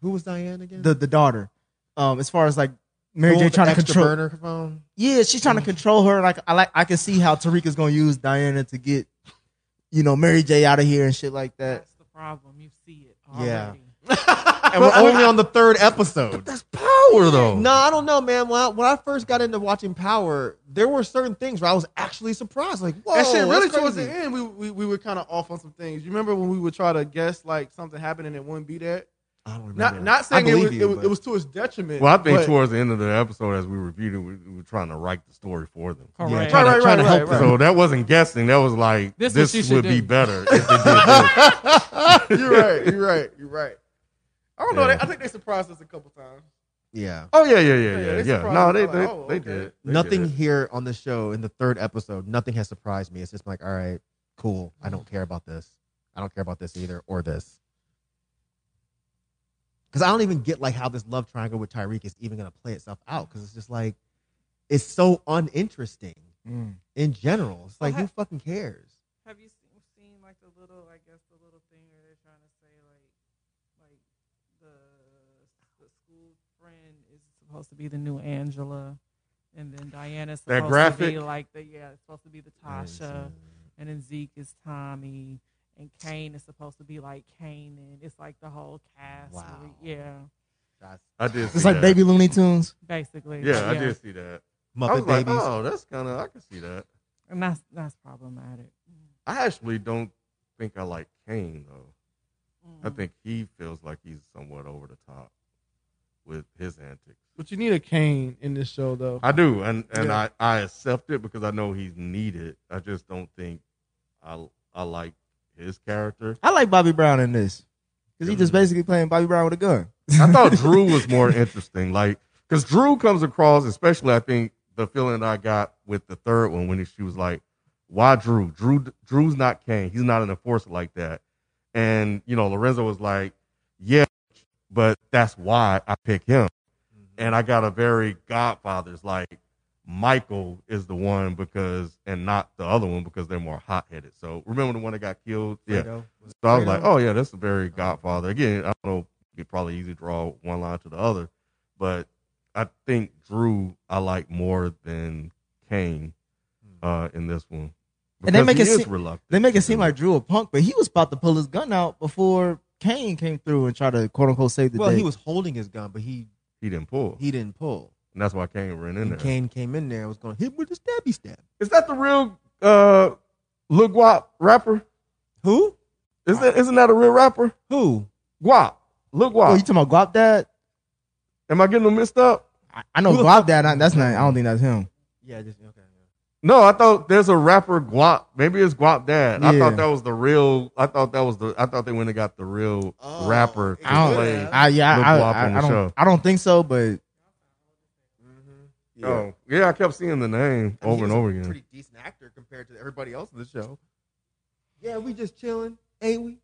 [SPEAKER 11] Who was Diane again?
[SPEAKER 8] the the daughter, um, as far as like Mary
[SPEAKER 11] The
[SPEAKER 8] J
[SPEAKER 11] one with
[SPEAKER 8] trying to
[SPEAKER 11] the extra
[SPEAKER 8] control
[SPEAKER 11] burner phone?
[SPEAKER 8] Yeah, she's
[SPEAKER 11] Mm.
[SPEAKER 8] trying to control her, and I, I like I can see how Tariq is gonna use Diana to get, you know, Mary J out of here and shit like that.
[SPEAKER 10] That's the problem. You see it.
[SPEAKER 8] Yeah.
[SPEAKER 11] and we're only on the third episode.
[SPEAKER 1] That's power though.
[SPEAKER 11] No, I don't know, man. When I, when I first got into watching Power, there were certain things where I was actually surprised. Like, whoa,
[SPEAKER 9] that shit really
[SPEAKER 11] Oh, that's
[SPEAKER 9] towards the
[SPEAKER 11] crazy.
[SPEAKER 9] end, we, we, we were kind of off on some things. You remember when we would try to guess like something happened and it wouldn't be that?
[SPEAKER 11] I don't remember.
[SPEAKER 9] Not not
[SPEAKER 11] I
[SPEAKER 9] saying it
[SPEAKER 11] believe
[SPEAKER 9] was,
[SPEAKER 11] you,
[SPEAKER 9] it, was,
[SPEAKER 11] but-
[SPEAKER 9] it was to his detriment.
[SPEAKER 1] Well, I think
[SPEAKER 9] but-
[SPEAKER 1] towards the end of the episode, as we reviewed it, we, we were trying to write the story for them.
[SPEAKER 11] Yeah,
[SPEAKER 10] Correct.
[SPEAKER 11] trying to-
[SPEAKER 9] Right, right,
[SPEAKER 11] trying to
[SPEAKER 9] right,
[SPEAKER 11] help
[SPEAKER 9] right,
[SPEAKER 11] them.
[SPEAKER 1] So that wasn't guessing. That was like
[SPEAKER 10] This
[SPEAKER 1] this,
[SPEAKER 10] what she
[SPEAKER 1] would
[SPEAKER 10] should
[SPEAKER 1] be
[SPEAKER 10] do.
[SPEAKER 1] better. If they did
[SPEAKER 9] you're right. You're right. You're right. I don't know.
[SPEAKER 1] Yeah.
[SPEAKER 9] They, I think they surprised us a couple times.
[SPEAKER 11] Yeah.
[SPEAKER 1] oh yeah, yeah, yeah,
[SPEAKER 9] Yeah,
[SPEAKER 1] yeah,
[SPEAKER 9] they
[SPEAKER 1] yeah.
[SPEAKER 9] surprised
[SPEAKER 1] No,
[SPEAKER 9] us.
[SPEAKER 1] they
[SPEAKER 9] Like,
[SPEAKER 1] they,
[SPEAKER 9] oh,
[SPEAKER 1] they
[SPEAKER 9] okay.
[SPEAKER 1] did. They
[SPEAKER 11] Nothing
[SPEAKER 1] did.
[SPEAKER 11] here on the show in the third episode, nothing has surprised me. It's just like, all right, cool. I don't care about this. I don't care about this either or this. Because I don't even get like how this love triangle with Tyreek is even going to play itself out. Because it's just like, it's so uninteresting
[SPEAKER 9] Mm.
[SPEAKER 11] in general. It's like,
[SPEAKER 10] Well,
[SPEAKER 11] who fucking cares?
[SPEAKER 10] Have you seen, seen like the little, I guess, the little thing where they're trying to say like, like the the school friend is supposed to be the new Angela, and then Diana's
[SPEAKER 1] That
[SPEAKER 10] supposed to be
[SPEAKER 1] graphic?
[SPEAKER 10] like the yeah, it's supposed to be the
[SPEAKER 11] uh,
[SPEAKER 10] Tasha, and then Zeke is Tommy, and Kane is supposed to be like Kanan. It's like the whole cast. where we-
[SPEAKER 11] Wow.
[SPEAKER 10] Yeah,
[SPEAKER 11] That's
[SPEAKER 1] I did.
[SPEAKER 8] It's
[SPEAKER 1] see
[SPEAKER 8] like
[SPEAKER 1] that.
[SPEAKER 8] Baby Looney Tunes.
[SPEAKER 10] basically.
[SPEAKER 1] Yeah, I did see that. I was
[SPEAKER 11] Muppet
[SPEAKER 1] like,
[SPEAKER 11] Babies.
[SPEAKER 1] oh, that's kind of I can see that.
[SPEAKER 10] And that's that's problematic.
[SPEAKER 1] I actually don't think I like Kane though. I
[SPEAKER 9] Mm-hmm.
[SPEAKER 10] Mm.
[SPEAKER 1] think he feels like he's somewhat over the top with his antics.
[SPEAKER 9] But you need a cane in this show, though.
[SPEAKER 1] I do, and and
[SPEAKER 9] Yeah.
[SPEAKER 1] I I accept it because I know he's needed. I just don't think I I like his character.
[SPEAKER 8] I like Bobby Brown in this because he just
[SPEAKER 1] Yeah.
[SPEAKER 8] basically playing Bobby Brown with a gun.
[SPEAKER 1] I thought Drew was more interesting, like because Drew comes across, especially I think the feeling that I got with the third one when she was like, "Why Drew? Drew Drew's not Kane. He's not an enforcer like that." And you know, Lorenzo was like, "Yeah, but that's why I pick him." And I got a very Godfather's like Michael is the one because and not the other one because they're more hot headed. So remember the one that got killed? Yeah.
[SPEAKER 11] Fredo.
[SPEAKER 1] So I was like, oh yeah, that's a very Godfather. Again, I don't know. It probably easy to draw one line to the other, but I think Drew I like more than Kane uh, in this one.
[SPEAKER 8] Hmm. And they
[SPEAKER 1] Because
[SPEAKER 8] make
[SPEAKER 1] he
[SPEAKER 8] it
[SPEAKER 1] is
[SPEAKER 8] seem-
[SPEAKER 1] reluctant.
[SPEAKER 8] They make it seem
[SPEAKER 1] Mhm.
[SPEAKER 8] like Drew a punk, but he was about to pull his gun out before Kane came through and tried to quote unquote save the
[SPEAKER 11] Well,
[SPEAKER 8] day.
[SPEAKER 11] he was holding his gun, but he
[SPEAKER 1] he didn't pull,
[SPEAKER 11] he didn't pull.
[SPEAKER 1] and that's why Kane ran in
[SPEAKER 11] And
[SPEAKER 1] there. Is
[SPEAKER 11] Kane came in there and was going to hit with a stabby stab.
[SPEAKER 1] that the real uh, Lil Guap rapper?
[SPEAKER 11] Who?
[SPEAKER 1] Is that isn't that a real rapper?
[SPEAKER 11] Who?
[SPEAKER 1] Guap, Lil
[SPEAKER 8] oh,
[SPEAKER 1] Guap.
[SPEAKER 8] you talking about Guap Dad?
[SPEAKER 1] Am I getting them mixed up?
[SPEAKER 8] I, I know
[SPEAKER 11] Who the
[SPEAKER 8] Guap Dad. I, that's not. I don't think that's him.
[SPEAKER 11] Yeah, just okay.
[SPEAKER 1] No, I thought there's a rapper Guap. Maybe it's Guap Dad. I
[SPEAKER 8] Yeah.
[SPEAKER 1] thought that was the real. I thought that was the. I thought they went and got the real
[SPEAKER 11] Oh,
[SPEAKER 1] rapper.
[SPEAKER 11] it
[SPEAKER 1] to
[SPEAKER 8] I don't.
[SPEAKER 1] play.
[SPEAKER 8] I, yeah,
[SPEAKER 1] Lil
[SPEAKER 8] I,
[SPEAKER 1] Guap
[SPEAKER 8] I-
[SPEAKER 1] on the
[SPEAKER 8] I don't.
[SPEAKER 1] show.
[SPEAKER 8] I don't think so. But
[SPEAKER 11] Yeah.
[SPEAKER 1] Oh, yeah, I kept seeing the name
[SPEAKER 11] I mean,
[SPEAKER 1] over
[SPEAKER 11] he
[SPEAKER 1] and
[SPEAKER 11] was
[SPEAKER 1] over
[SPEAKER 11] a
[SPEAKER 1] again.
[SPEAKER 11] Pretty decent actor compared to everybody else in the show. Yeah, we just chilling, ain't we?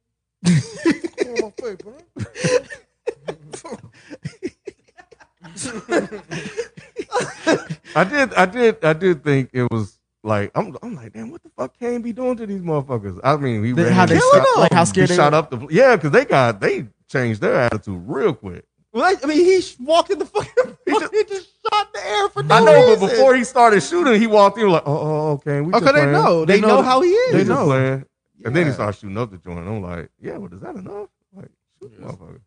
[SPEAKER 11] Come on, my face, bro.
[SPEAKER 1] I did, I did, I did think it was like I'm. I'm like, damn, what the fuck Kane be doing to these motherfuckers? I mean, he
[SPEAKER 8] They-
[SPEAKER 1] ran
[SPEAKER 8] how
[SPEAKER 1] in,
[SPEAKER 8] they
[SPEAKER 1] he
[SPEAKER 8] shot-
[SPEAKER 1] shot,
[SPEAKER 8] like how
[SPEAKER 1] he
[SPEAKER 8] scared they
[SPEAKER 1] shot
[SPEAKER 8] were?
[SPEAKER 1] up the yeah, because they got they changed their attitude real quick.
[SPEAKER 11] well, I, I mean, he sh- walked in the fucking. He
[SPEAKER 1] He
[SPEAKER 11] just,
[SPEAKER 1] just-
[SPEAKER 11] he just shot in the air for no
[SPEAKER 1] I know, but
[SPEAKER 11] reason.
[SPEAKER 1] before he started shooting, he walked in like, oh, oh okay, we
[SPEAKER 11] Oh,
[SPEAKER 1] just
[SPEAKER 11] 'cause they
[SPEAKER 1] playing.
[SPEAKER 11] know, they, know, how he is.
[SPEAKER 1] they know. Playing. And then he
[SPEAKER 11] Yeah.
[SPEAKER 1] started shooting up the joint. I'm like, yeah, well, is that enough? Like, shoot, the motherfucker.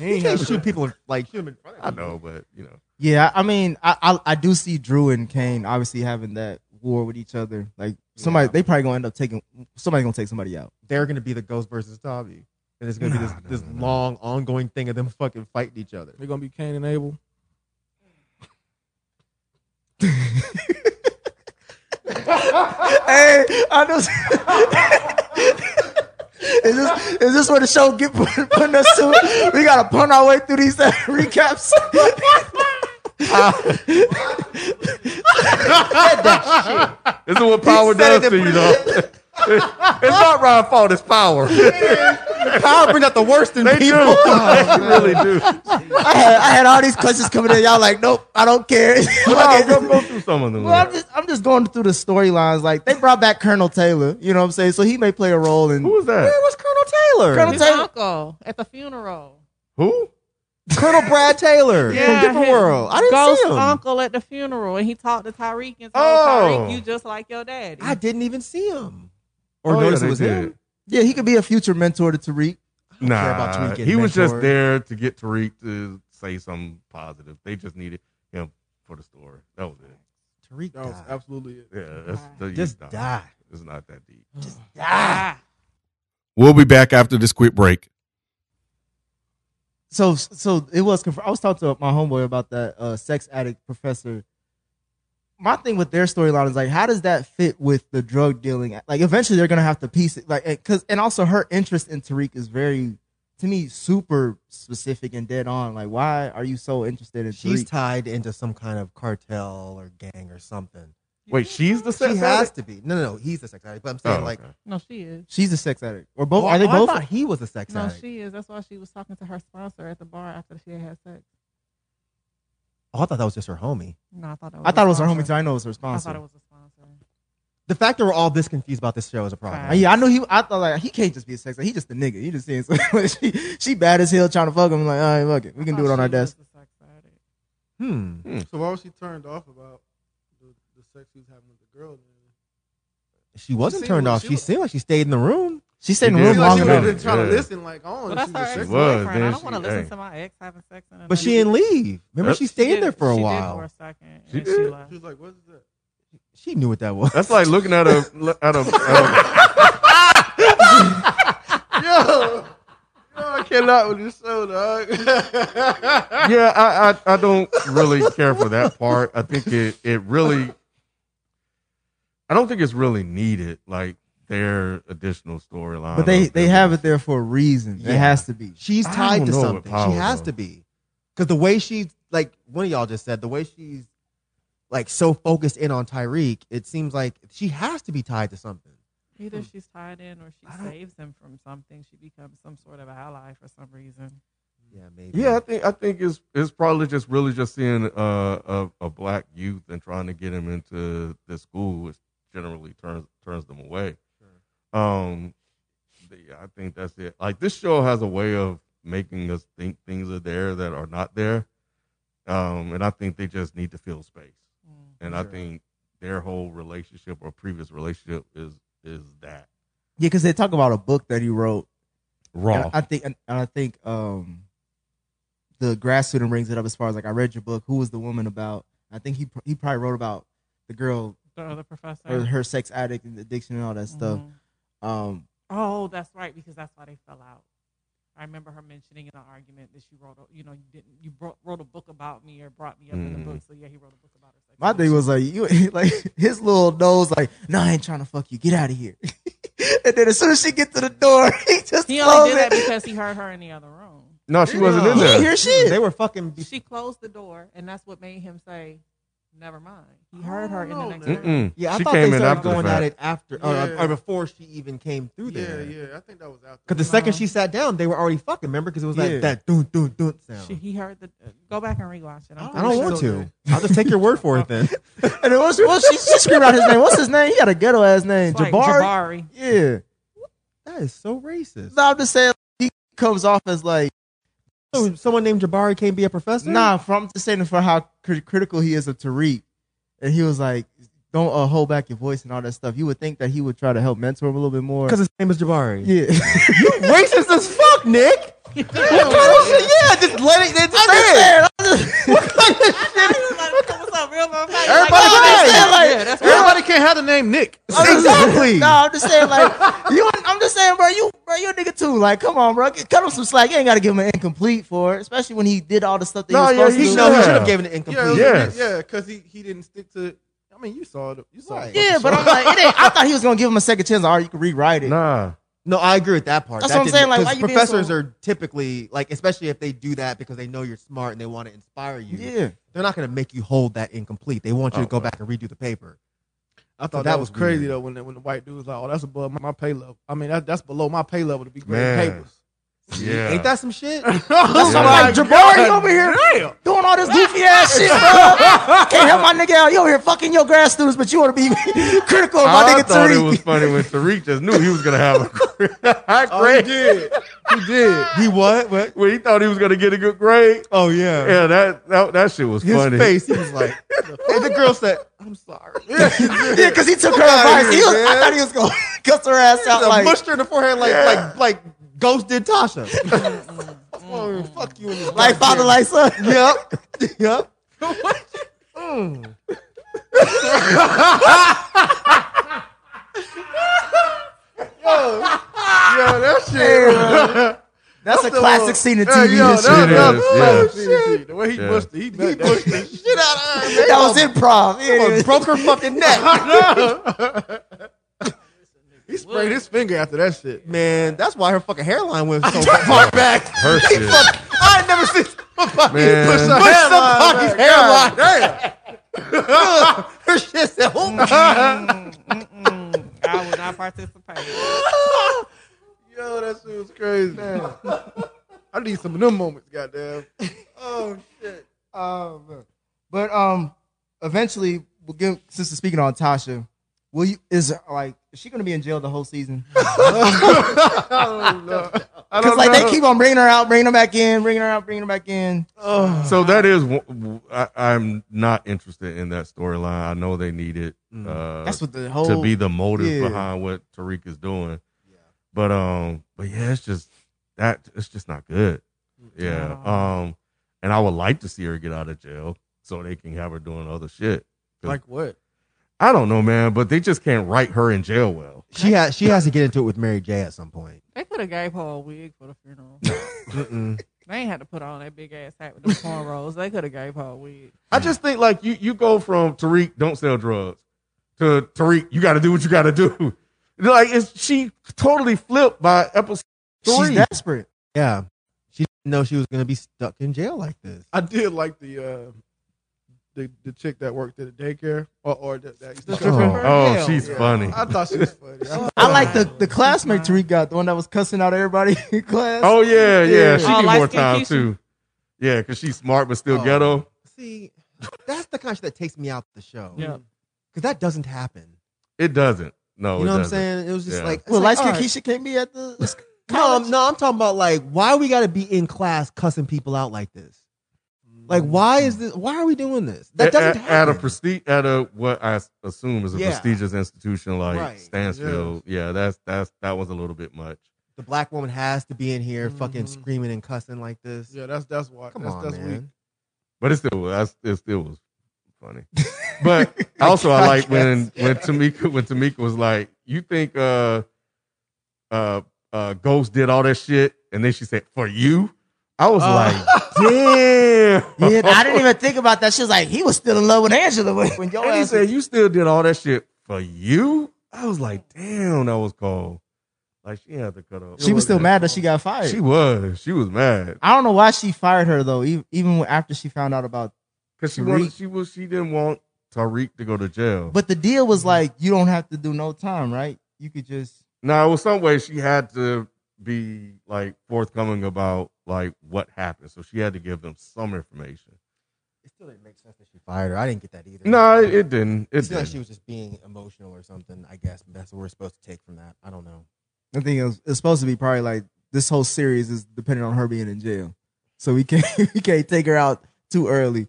[SPEAKER 11] He can't shoot people in- like shoot him in front of
[SPEAKER 1] I
[SPEAKER 11] you.
[SPEAKER 1] know, but you know,
[SPEAKER 8] yeah, I mean, I, I I do see Drew and Kane obviously having that war with each other. Like somebody,
[SPEAKER 11] Yeah.
[SPEAKER 8] they probably gonna end up taking somebody gonna take somebody out.
[SPEAKER 11] They're gonna be the Ghost versus Tommy, and it's gonna be
[SPEAKER 1] Nah,
[SPEAKER 11] this,
[SPEAKER 1] nah,
[SPEAKER 11] this
[SPEAKER 1] nah, nah.
[SPEAKER 11] long ongoing thing of them fucking fighting each other.
[SPEAKER 9] They're gonna be Cain and Abel.
[SPEAKER 8] Hey, I just is this is this where the show get put, putting us to? We gotta punt our way through these uh, recaps.
[SPEAKER 1] this is what power does
[SPEAKER 11] said it to
[SPEAKER 1] to you, though. it's not Ryan fault. It's power.
[SPEAKER 11] Power brings out the worst in
[SPEAKER 1] They do.
[SPEAKER 11] people.
[SPEAKER 1] they really do.
[SPEAKER 8] I had, I had all these questions coming in. Y'all like, nope, I don't care.
[SPEAKER 1] Wow, go, go through some of them.
[SPEAKER 8] Well, I'm just I'm just going through the storylines. Like they brought back Colonel Taylor. You know what I'm saying? So he may play a role in
[SPEAKER 1] Who was that?
[SPEAKER 11] Where was Colonel Taylor?
[SPEAKER 8] Colonel
[SPEAKER 10] His
[SPEAKER 8] Taylor.
[SPEAKER 10] uncle at the funeral.
[SPEAKER 1] Who?
[SPEAKER 11] Colonel Brad Taylor
[SPEAKER 10] Yeah,
[SPEAKER 11] from Different
[SPEAKER 10] his
[SPEAKER 11] World. I didn't
[SPEAKER 10] ghost
[SPEAKER 11] see him.
[SPEAKER 10] uncle at the funeral, and he talked to Tyreek and said,
[SPEAKER 11] Oh.
[SPEAKER 10] "Tyreek, you just like your daddy."
[SPEAKER 11] I didn't even see him.
[SPEAKER 8] Or
[SPEAKER 11] Or
[SPEAKER 8] Oh,
[SPEAKER 11] notice
[SPEAKER 8] notice yeah, it
[SPEAKER 11] it
[SPEAKER 8] was
[SPEAKER 11] was
[SPEAKER 8] they him.
[SPEAKER 11] him.
[SPEAKER 8] Yeah, he could be a future mentor to Tariq.
[SPEAKER 1] Nah,
[SPEAKER 11] about Tariq getting
[SPEAKER 1] he was just
[SPEAKER 11] mentored.
[SPEAKER 1] there to get Tariq to say something positive. They just needed him for the story. That was it.
[SPEAKER 11] Tariq
[SPEAKER 9] That was
[SPEAKER 11] died.
[SPEAKER 9] absolutely it.
[SPEAKER 1] Yeah, that's, that- you
[SPEAKER 11] Just
[SPEAKER 1] stop.
[SPEAKER 11] die.
[SPEAKER 1] It's not that deep.
[SPEAKER 10] Ah.
[SPEAKER 12] We'll be back after this quick break.
[SPEAKER 8] So, so it was. Conf- I was talking to my homeboy about that uh, sex addict professor. My thing with their storyline is like, how does that fit with the drug dealing? Like, eventually they're gonna have to piece it. Like, because and also her interest in Tariq is very, to me, super specific and dead on. Like, why are you so interested in
[SPEAKER 11] She's
[SPEAKER 8] Tariq?
[SPEAKER 11] tied into some kind of cartel or gang or something.
[SPEAKER 1] Wait, she's the
[SPEAKER 11] She
[SPEAKER 1] sex
[SPEAKER 11] has
[SPEAKER 1] addict?
[SPEAKER 11] to be. No, no, no. He's a sex addict. But I'm
[SPEAKER 1] Oh,
[SPEAKER 11] saying, like,
[SPEAKER 1] okay.
[SPEAKER 10] No, she is.
[SPEAKER 8] She's a sex addict, or both? are they
[SPEAKER 11] Oh, I
[SPEAKER 8] both?
[SPEAKER 11] thought he was a sex
[SPEAKER 10] No,
[SPEAKER 11] addict.
[SPEAKER 10] she is. That's why she was talking to her sponsor at the bar after she had had sex.
[SPEAKER 11] oh, I thought that was just her homie.
[SPEAKER 10] No, I thought that was
[SPEAKER 8] I thought it was her
[SPEAKER 10] sponsor.
[SPEAKER 8] homie. too. I know it was her
[SPEAKER 10] I
[SPEAKER 8] sponsor.
[SPEAKER 10] thought it was a sponsor.
[SPEAKER 11] The fact that we're all this confused about this show is a problem.
[SPEAKER 10] Fine.
[SPEAKER 8] Uh, Yeah, I knew he. I thought like he can't just be a sex. addict. he just a nigga. He just seeing some- she, she bad as hell trying to fuck him. I'm like, all right, fuck it. We can
[SPEAKER 10] I
[SPEAKER 8] do it on
[SPEAKER 10] thought
[SPEAKER 8] our
[SPEAKER 10] she
[SPEAKER 8] desk.
[SPEAKER 10] was a sex addict.
[SPEAKER 11] Hmm.
[SPEAKER 9] So why was she turned off about the, the sex he was having with the girl? Then?
[SPEAKER 11] She wasn't
[SPEAKER 9] seemed
[SPEAKER 11] turned
[SPEAKER 9] like-
[SPEAKER 11] off.
[SPEAKER 9] she
[SPEAKER 11] She
[SPEAKER 9] was-
[SPEAKER 11] seemed like she stayed in the room.
[SPEAKER 8] She stayed in
[SPEAKER 1] She
[SPEAKER 8] the
[SPEAKER 1] did.
[SPEAKER 8] room
[SPEAKER 1] She
[SPEAKER 9] Like
[SPEAKER 8] long
[SPEAKER 9] she
[SPEAKER 1] did.
[SPEAKER 8] enough.
[SPEAKER 9] wasn't trying
[SPEAKER 1] Yeah.
[SPEAKER 9] to listen, like, oh,
[SPEAKER 10] Well,
[SPEAKER 9] she
[SPEAKER 10] that's
[SPEAKER 9] was
[SPEAKER 10] her
[SPEAKER 9] sexy.
[SPEAKER 1] She was,
[SPEAKER 10] ex-boyfriend. I
[SPEAKER 1] then
[SPEAKER 10] don't want to
[SPEAKER 1] she-
[SPEAKER 10] listen
[SPEAKER 1] hey.
[SPEAKER 10] to my ex having sex. In another-
[SPEAKER 11] But she didn't leave. Remember,
[SPEAKER 1] Yep.
[SPEAKER 11] she stayed
[SPEAKER 10] did-
[SPEAKER 11] there for a
[SPEAKER 10] she did
[SPEAKER 11] while.
[SPEAKER 10] for a second.
[SPEAKER 1] She
[SPEAKER 10] and
[SPEAKER 1] did.
[SPEAKER 10] She
[SPEAKER 9] She
[SPEAKER 10] left.
[SPEAKER 9] was like, what is that?
[SPEAKER 11] She knew what that was.
[SPEAKER 1] That's like looking at a at a. at
[SPEAKER 9] yo, yo, I cannot with this show, dog.
[SPEAKER 1] a- yeah, I, I I don't really care for that part. I think it it really. I don't think it's really needed, like their additional storyline.
[SPEAKER 8] But they
[SPEAKER 1] of
[SPEAKER 8] they
[SPEAKER 1] them.
[SPEAKER 8] have it there for a reason. It
[SPEAKER 11] Yeah.
[SPEAKER 8] has to be.
[SPEAKER 11] She's
[SPEAKER 1] I
[SPEAKER 11] tied
[SPEAKER 1] don't
[SPEAKER 11] to
[SPEAKER 1] know with
[SPEAKER 11] something.
[SPEAKER 1] Paolo,
[SPEAKER 11] she has
[SPEAKER 1] though.
[SPEAKER 11] to be. Because the way she's like one of y'all just said, the way she's like so focused in on Tyreek, it seems like she has to be tied to something.
[SPEAKER 10] Either she's tied in or
[SPEAKER 11] I
[SPEAKER 10] she
[SPEAKER 11] don't-
[SPEAKER 10] saves him from something. She becomes some sort of ally for some reason.
[SPEAKER 11] Yeah, maybe.
[SPEAKER 1] Yeah, I think I think it's it's probably just really just seeing uh, a a black youth and trying to get him into the school, which generally turns turns them away. Um, but yeah, I think that's it. Like this show has a way of making us think things are there that are not there, um, and I think they just need to fill space.
[SPEAKER 10] Mm.
[SPEAKER 1] And I think their whole relationship or previous relationship is is that
[SPEAKER 8] Yeah, because they talk about a book that he wrote. And
[SPEAKER 1] raw.
[SPEAKER 8] I think and I think um the grad student brings it up as far as like I read your book. Who was the woman about? I think he pr- he probably wrote about the girl,
[SPEAKER 10] The other professor.
[SPEAKER 8] her, her sex addict and addiction and all that stuff.
[SPEAKER 10] Mhm.
[SPEAKER 11] Mm-hmm.
[SPEAKER 8] Um,
[SPEAKER 10] Oh, that's right, because that's why they fell out. I remember her mentioning in the argument that she wrote, a, you know, you didn't, you bro- wrote a book about me or brought me up in the book. So yeah, he wrote a book about her. sex
[SPEAKER 8] My thing
[SPEAKER 10] addiction.
[SPEAKER 8] was like you like his little nose like, no, I ain't trying to fuck you. Get out of here. and then as soon as she get to the door, he just
[SPEAKER 10] he only
[SPEAKER 8] closed
[SPEAKER 10] did that
[SPEAKER 8] it.
[SPEAKER 10] because he heard her in the other room.
[SPEAKER 1] no, she wasn't in
[SPEAKER 8] He didn't
[SPEAKER 1] there.
[SPEAKER 8] hear shit.
[SPEAKER 11] They were fucking. be-
[SPEAKER 10] She closed the door, and that's what made him say, "Never mind." He heard her in the
[SPEAKER 9] no,
[SPEAKER 10] next
[SPEAKER 9] man.
[SPEAKER 10] room.
[SPEAKER 1] Mm-mm.
[SPEAKER 11] yeah, I
[SPEAKER 1] she
[SPEAKER 11] thought
[SPEAKER 1] came
[SPEAKER 11] they
[SPEAKER 1] in
[SPEAKER 11] started
[SPEAKER 1] after the
[SPEAKER 11] going
[SPEAKER 1] fact.
[SPEAKER 11] at it after
[SPEAKER 9] Yeah.
[SPEAKER 11] or, or before she even came through
[SPEAKER 9] yeah,
[SPEAKER 11] there.
[SPEAKER 9] yeah, I think that was after.
[SPEAKER 11] Because the
[SPEAKER 10] Uh-huh.
[SPEAKER 11] second she sat down, they were already fucking. Remember, because it was
[SPEAKER 8] Yeah.
[SPEAKER 11] that that dun dun dun sound.
[SPEAKER 10] She, he heard the. uh, go back and rewatch it. I'm
[SPEAKER 11] I don't
[SPEAKER 10] pretty
[SPEAKER 11] want
[SPEAKER 10] sure-
[SPEAKER 11] to. I'll just take your word for it then.
[SPEAKER 8] And it was, well, she, she screamed out his name. What's his name? He got a ghetto ass name.
[SPEAKER 10] It's like
[SPEAKER 8] Jabari?
[SPEAKER 10] Jabari.
[SPEAKER 8] Yeah.
[SPEAKER 11] That is so racist.
[SPEAKER 8] No, I'm just saying he comes off as like
[SPEAKER 11] So someone named Jabari can't be a professor?
[SPEAKER 8] nah. From I'm just saying for how cri- critical he is of Tariq, and he was like, don't uh, hold back your voice and all that stuff. You would think that he would try to help mentor him a little bit more.
[SPEAKER 11] Because his name is Jabari.
[SPEAKER 8] yeah,
[SPEAKER 11] Racist as fuck, Nick.
[SPEAKER 8] yeah, just let it. Just say it. I'm just-
[SPEAKER 10] What's up, real motherfucker? Like,
[SPEAKER 8] Everybody
[SPEAKER 10] oh,
[SPEAKER 8] can say it,
[SPEAKER 10] yeah,
[SPEAKER 8] like-
[SPEAKER 10] yeah, that's right.
[SPEAKER 9] Everybody can't have the name Nick.
[SPEAKER 11] Exactly.
[SPEAKER 8] No, I'm just saying, like, you. I'm just saying, bro, you, bro, you a nigga too. Like, come on, bro, cut him some slack. You ain't gotta give him an incomplete for it, especially when he did all the stuff that
[SPEAKER 1] No,
[SPEAKER 8] he was
[SPEAKER 1] yeah, he
[SPEAKER 8] supposed to. do.
[SPEAKER 11] No, he
[SPEAKER 1] Yeah.
[SPEAKER 11] should have given it incomplete.
[SPEAKER 1] Yeah.
[SPEAKER 9] Yeah,
[SPEAKER 1] Yes.
[SPEAKER 9] yeah, because he, he didn't stick to. I mean, you saw it. You saw
[SPEAKER 11] Right.
[SPEAKER 9] it.
[SPEAKER 8] Yeah, but I'm like, it ain't, I thought he was gonna give him a second chance. All right, you can rewrite it.
[SPEAKER 1] Nah,
[SPEAKER 11] No, I agree with that part.
[SPEAKER 8] That's
[SPEAKER 11] That
[SPEAKER 8] what I'm
[SPEAKER 11] didn't-
[SPEAKER 8] saying, like,
[SPEAKER 11] 'cause
[SPEAKER 8] why you being
[SPEAKER 11] professors
[SPEAKER 8] so-
[SPEAKER 11] are typically like, especially if they do that because they know you're smart and they want to inspire you.
[SPEAKER 8] Yeah.
[SPEAKER 11] They're not going to make you hold that incomplete. They want you
[SPEAKER 1] Oh,
[SPEAKER 11] to go
[SPEAKER 1] well.
[SPEAKER 11] back and redo the paper.
[SPEAKER 9] I thought
[SPEAKER 11] So
[SPEAKER 9] that,
[SPEAKER 11] that
[SPEAKER 9] was
[SPEAKER 11] was
[SPEAKER 9] crazy
[SPEAKER 11] weird.
[SPEAKER 9] though when the, when the white dude was like, "Oh, that's above my, my pay level." I mean, that, that's below my pay level to be grading
[SPEAKER 1] Man.
[SPEAKER 9] papers.
[SPEAKER 1] Yeah.
[SPEAKER 11] Ain't that some shit?
[SPEAKER 8] That's what I'm like, Jabari's over here doing all this goofy ass shit, bro. Can't help my nigga out. You over here fucking your grad students, but you want to be critical
[SPEAKER 11] Oh,
[SPEAKER 8] of my
[SPEAKER 1] I
[SPEAKER 8] nigga
[SPEAKER 1] thought
[SPEAKER 8] Tariq.
[SPEAKER 1] it was funny when Tariq just knew he was gonna have a great.
[SPEAKER 11] Oh,
[SPEAKER 9] he did.
[SPEAKER 1] He did.
[SPEAKER 11] He what? What?
[SPEAKER 1] When he thought he was gonna get a good grade.
[SPEAKER 11] Oh yeah.
[SPEAKER 1] Yeah, that that, that shit was
[SPEAKER 11] His
[SPEAKER 1] funny.
[SPEAKER 11] face, he was like, and the girl said, "I'm sorry."
[SPEAKER 8] yeah, because he took her advice. He was, I thought he was going to cuss her ass out.
[SPEAKER 11] She
[SPEAKER 8] Like,
[SPEAKER 11] mushed her in the forehead like
[SPEAKER 8] Yeah.
[SPEAKER 11] like like Ghost did Tasha. Oh, fuck you. in the
[SPEAKER 8] like father,
[SPEAKER 11] goddamn-
[SPEAKER 8] like son.
[SPEAKER 11] Yep. Yep. Mm.
[SPEAKER 1] Yeah, that shit.
[SPEAKER 8] That's a
[SPEAKER 9] the
[SPEAKER 8] classic
[SPEAKER 9] one.
[SPEAKER 8] scene in
[SPEAKER 9] Hey,
[SPEAKER 8] TV.
[SPEAKER 9] yo,
[SPEAKER 1] It
[SPEAKER 9] that, that, that,
[SPEAKER 1] is, yeah.
[SPEAKER 9] that shit. The way he
[SPEAKER 1] Yeah.
[SPEAKER 9] pushed it, he, he pushed the shit out of her.
[SPEAKER 8] that was improv. Yeah.
[SPEAKER 11] Broke her fucking neck.
[SPEAKER 9] He sprayed his finger after that shit.
[SPEAKER 11] Man, that's why her fucking hairline went so far back.
[SPEAKER 1] Her shit.
[SPEAKER 11] I ain't never seen somebody
[SPEAKER 1] Man.
[SPEAKER 11] push,
[SPEAKER 1] Push
[SPEAKER 11] push somebody's hairline. her shit said,
[SPEAKER 10] Mm, I will not participate.
[SPEAKER 9] Yo, that shit was crazy. I need some of them moments, goddamn.
[SPEAKER 8] Oh shit. Oh man. But um, eventually, we'll give, since we're speaking on Tasha, will you is like is she gonna be in jail the whole season?
[SPEAKER 1] I
[SPEAKER 8] Because
[SPEAKER 1] don't
[SPEAKER 8] like
[SPEAKER 1] know.
[SPEAKER 8] they keep on bringing her out, bringing her back in, bringing her out, bringing her back in.
[SPEAKER 1] so that is one- I, I'm not interested in that storyline. I know they need it.
[SPEAKER 11] Mm.
[SPEAKER 1] Uh,
[SPEAKER 8] That's what the whole
[SPEAKER 1] to
[SPEAKER 9] Oh,
[SPEAKER 1] be the motive
[SPEAKER 8] yeah.
[SPEAKER 1] behind what Tariq is doing. But um, but yeah, it's just that it's just not good. Yeah. Um, and I would like to see her get out of jail so they can have her doing other shit.
[SPEAKER 9] Like what?
[SPEAKER 1] I don't know, man, but they just can't write her in jail well.
[SPEAKER 11] She has she has to get into it with Mary J at some point.
[SPEAKER 10] They could have gave her a wig for the funeral.
[SPEAKER 11] Mm-mm.
[SPEAKER 10] They ain't had to put on that big ass hat with the cornrows. They could have gave her a wig.
[SPEAKER 1] I just think like you you go from Tariq don't sell drugs to Tariq you got to do what you got to do. Like it's she totally flipped by episode
[SPEAKER 8] She's
[SPEAKER 1] three.
[SPEAKER 8] desperate.
[SPEAKER 11] Yeah, she didn't know she was gonna be stuck in jail like this.
[SPEAKER 9] I did like the uh, the the chick that worked at the daycare or or that, that used to
[SPEAKER 11] The
[SPEAKER 9] cook
[SPEAKER 11] stripper?
[SPEAKER 9] her.
[SPEAKER 1] oh,
[SPEAKER 9] Yeah.
[SPEAKER 1] she's
[SPEAKER 9] Yeah.
[SPEAKER 1] funny.
[SPEAKER 9] I thought she was funny. I,
[SPEAKER 8] I like the, the classmate Tariq got, the one that was cussing out everybody in class.
[SPEAKER 1] Oh yeah, yeah.
[SPEAKER 8] Yeah.
[SPEAKER 1] She
[SPEAKER 10] Oh,
[SPEAKER 1] need more
[SPEAKER 10] light-skinned
[SPEAKER 1] time
[SPEAKER 10] Keisha.
[SPEAKER 1] too. Yeah, because she's smart but still
[SPEAKER 11] Oh.
[SPEAKER 1] ghetto.
[SPEAKER 11] See, that's the kind of shit that takes me out the show.
[SPEAKER 10] Yeah.
[SPEAKER 11] because that doesn't happen.
[SPEAKER 1] It doesn't. No,
[SPEAKER 11] you know
[SPEAKER 1] Oh, it
[SPEAKER 11] what I'm
[SPEAKER 1] doesn't.
[SPEAKER 11] saying? It was just
[SPEAKER 1] Yeah.
[SPEAKER 11] like, it's
[SPEAKER 8] well, light
[SPEAKER 11] like,
[SPEAKER 8] skin
[SPEAKER 11] all right.
[SPEAKER 8] Keisha can't be at the.
[SPEAKER 11] No, I'm- no, I'm talking about like why we got to be in class cussing people out like this. Like, why is this? Why are we doing this? That
[SPEAKER 1] At-
[SPEAKER 11] doesn't
[SPEAKER 1] at, at
[SPEAKER 11] happen.
[SPEAKER 1] Mm. a prestige at a what I s- assume is a
[SPEAKER 11] Yeah.
[SPEAKER 1] prestigious institution like
[SPEAKER 11] Right.
[SPEAKER 1] Stansfield. Yeah, that's that's that was a little bit much.
[SPEAKER 11] the black woman has to be in here,
[SPEAKER 8] Mm-hmm.
[SPEAKER 11] fucking
[SPEAKER 9] Mhm.
[SPEAKER 11] screaming and cussing like this.
[SPEAKER 9] yeah, that's that's why.
[SPEAKER 11] Come
[SPEAKER 9] that's,
[SPEAKER 11] on,
[SPEAKER 9] that's
[SPEAKER 11] man.
[SPEAKER 9] weak.
[SPEAKER 1] But it still was it still was funny. But also I like when when Tamika when Tamika was like, You think uh uh uh Ghost did all that shit? And then she said, For you? I
[SPEAKER 11] Uh.
[SPEAKER 1] was like, damn.
[SPEAKER 8] Yeah, I didn't even think about that. She was like, he was still in love with Angela when, when your
[SPEAKER 1] And he
[SPEAKER 8] ass.
[SPEAKER 1] said, "You still did all that shit for you." I was like, "Damn, that was cold." Like she had to cut off.
[SPEAKER 8] she was still mad that she got fired.
[SPEAKER 1] She was. She was mad
[SPEAKER 8] I don't know why she fired her though, even, even after she found out about.
[SPEAKER 1] because she
[SPEAKER 8] Tariq-
[SPEAKER 1] wanted, She was. She didn't want Tariq to go to jail. But
[SPEAKER 8] But the deal was like, you don't have to do no time, right? You could just.
[SPEAKER 1] no, it was some way she had to be like forthcoming about like what happened. So she had to give them some information.
[SPEAKER 11] It still didn't make sense that she fired her. I didn't get that either.
[SPEAKER 1] No, it, it didn't. It
[SPEAKER 11] seemed like
[SPEAKER 1] didn't.
[SPEAKER 11] she was just being emotional or something. I guess that's what we're supposed to take from that. I don't know.
[SPEAKER 8] I think it was, it's supposed to be probably like this whole series is dependent on her being in jail, so we can't we can't take her out too early.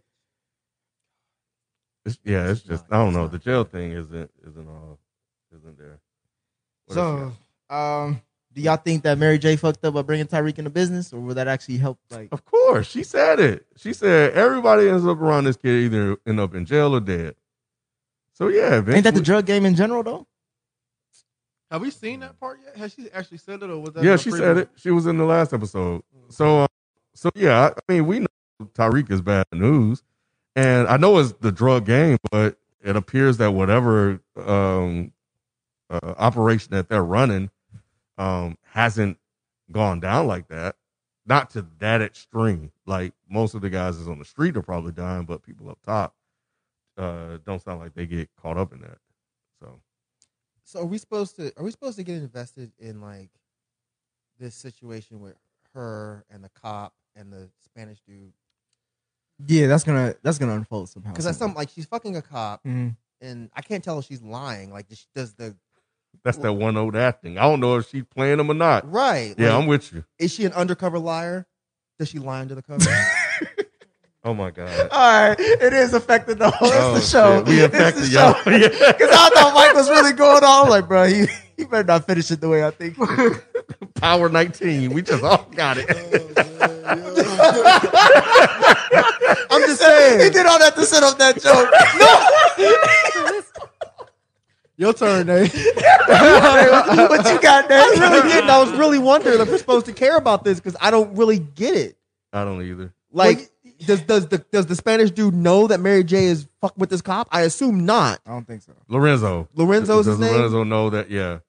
[SPEAKER 1] It's- yeah, it's
[SPEAKER 11] It's
[SPEAKER 1] just.
[SPEAKER 11] not-
[SPEAKER 1] I don't
[SPEAKER 11] it's
[SPEAKER 1] know.
[SPEAKER 11] not.
[SPEAKER 1] The jail thing isn't isn't all isn't there. What else you
[SPEAKER 8] so, um, do y'all think that Mary J fucked up by bringing Tyreek into business, or will that actually help? Like,
[SPEAKER 1] Of course, she said it. She said everybody ends up around this kid either end up in jail or dead. So yeah,
[SPEAKER 8] ain't that the
[SPEAKER 1] eventually-
[SPEAKER 8] drug game in general though?
[SPEAKER 9] Have we seen that part yet? Has she actually said it or was that?
[SPEAKER 1] yeah,
[SPEAKER 9] in a
[SPEAKER 1] she
[SPEAKER 9] preview?
[SPEAKER 1] said it. She was in the last episode. So uh, so yeah, I, I mean we know Tyreek is bad news, and I know it's the drug game, but it appears that whatever um, uh, operation that they're running um, hasn't gone down like that. Not to that extreme. Like most of the guys is on the street are probably dying, but people up top uh, don't sound like they get caught up in that. So
[SPEAKER 11] So are we supposed to? Are we supposed to get invested in like this situation where her and the cop and the Spanish dude.
[SPEAKER 8] Yeah, that's gonna that's gonna unfold somehow.
[SPEAKER 11] Because that's something like she's fucking a cop,
[SPEAKER 8] Mhm.
[SPEAKER 11] and I can't tell if she's lying. Like does, she- does the
[SPEAKER 1] That's that one old acting. I don't know if she's playing him or not.
[SPEAKER 11] right?
[SPEAKER 1] Yeah,
[SPEAKER 11] like,
[SPEAKER 1] I'm with you.
[SPEAKER 11] Is she an undercover liar? Does she lie under the cover?
[SPEAKER 1] Oh my god.
[SPEAKER 8] All right, it is affected the whole.
[SPEAKER 1] Oh,
[SPEAKER 8] it's the show.
[SPEAKER 1] shit. We affected
[SPEAKER 8] it's
[SPEAKER 1] y'all. Yeah.
[SPEAKER 8] Because I thought Mike was really going on. I'm like, bro, you, you better not finish it the way I think.
[SPEAKER 1] Power 19. We just all got it.
[SPEAKER 8] I'm just saying. he did all that to set up that joke.
[SPEAKER 9] Your turn, Nate.
[SPEAKER 8] what, what you got,
[SPEAKER 11] I
[SPEAKER 8] Nate?
[SPEAKER 11] really didn't. I was really wondering if we're supposed to care about this because I don't really get it.
[SPEAKER 1] I don't either.
[SPEAKER 11] Like, does does the does the Spanish dude know that Mary J is fuck with this cop? I assume not.
[SPEAKER 8] I don't think so.
[SPEAKER 1] Lorenzo.
[SPEAKER 11] Lorenzo's
[SPEAKER 1] does
[SPEAKER 11] his name?
[SPEAKER 1] Lorenzo know that? Yeah.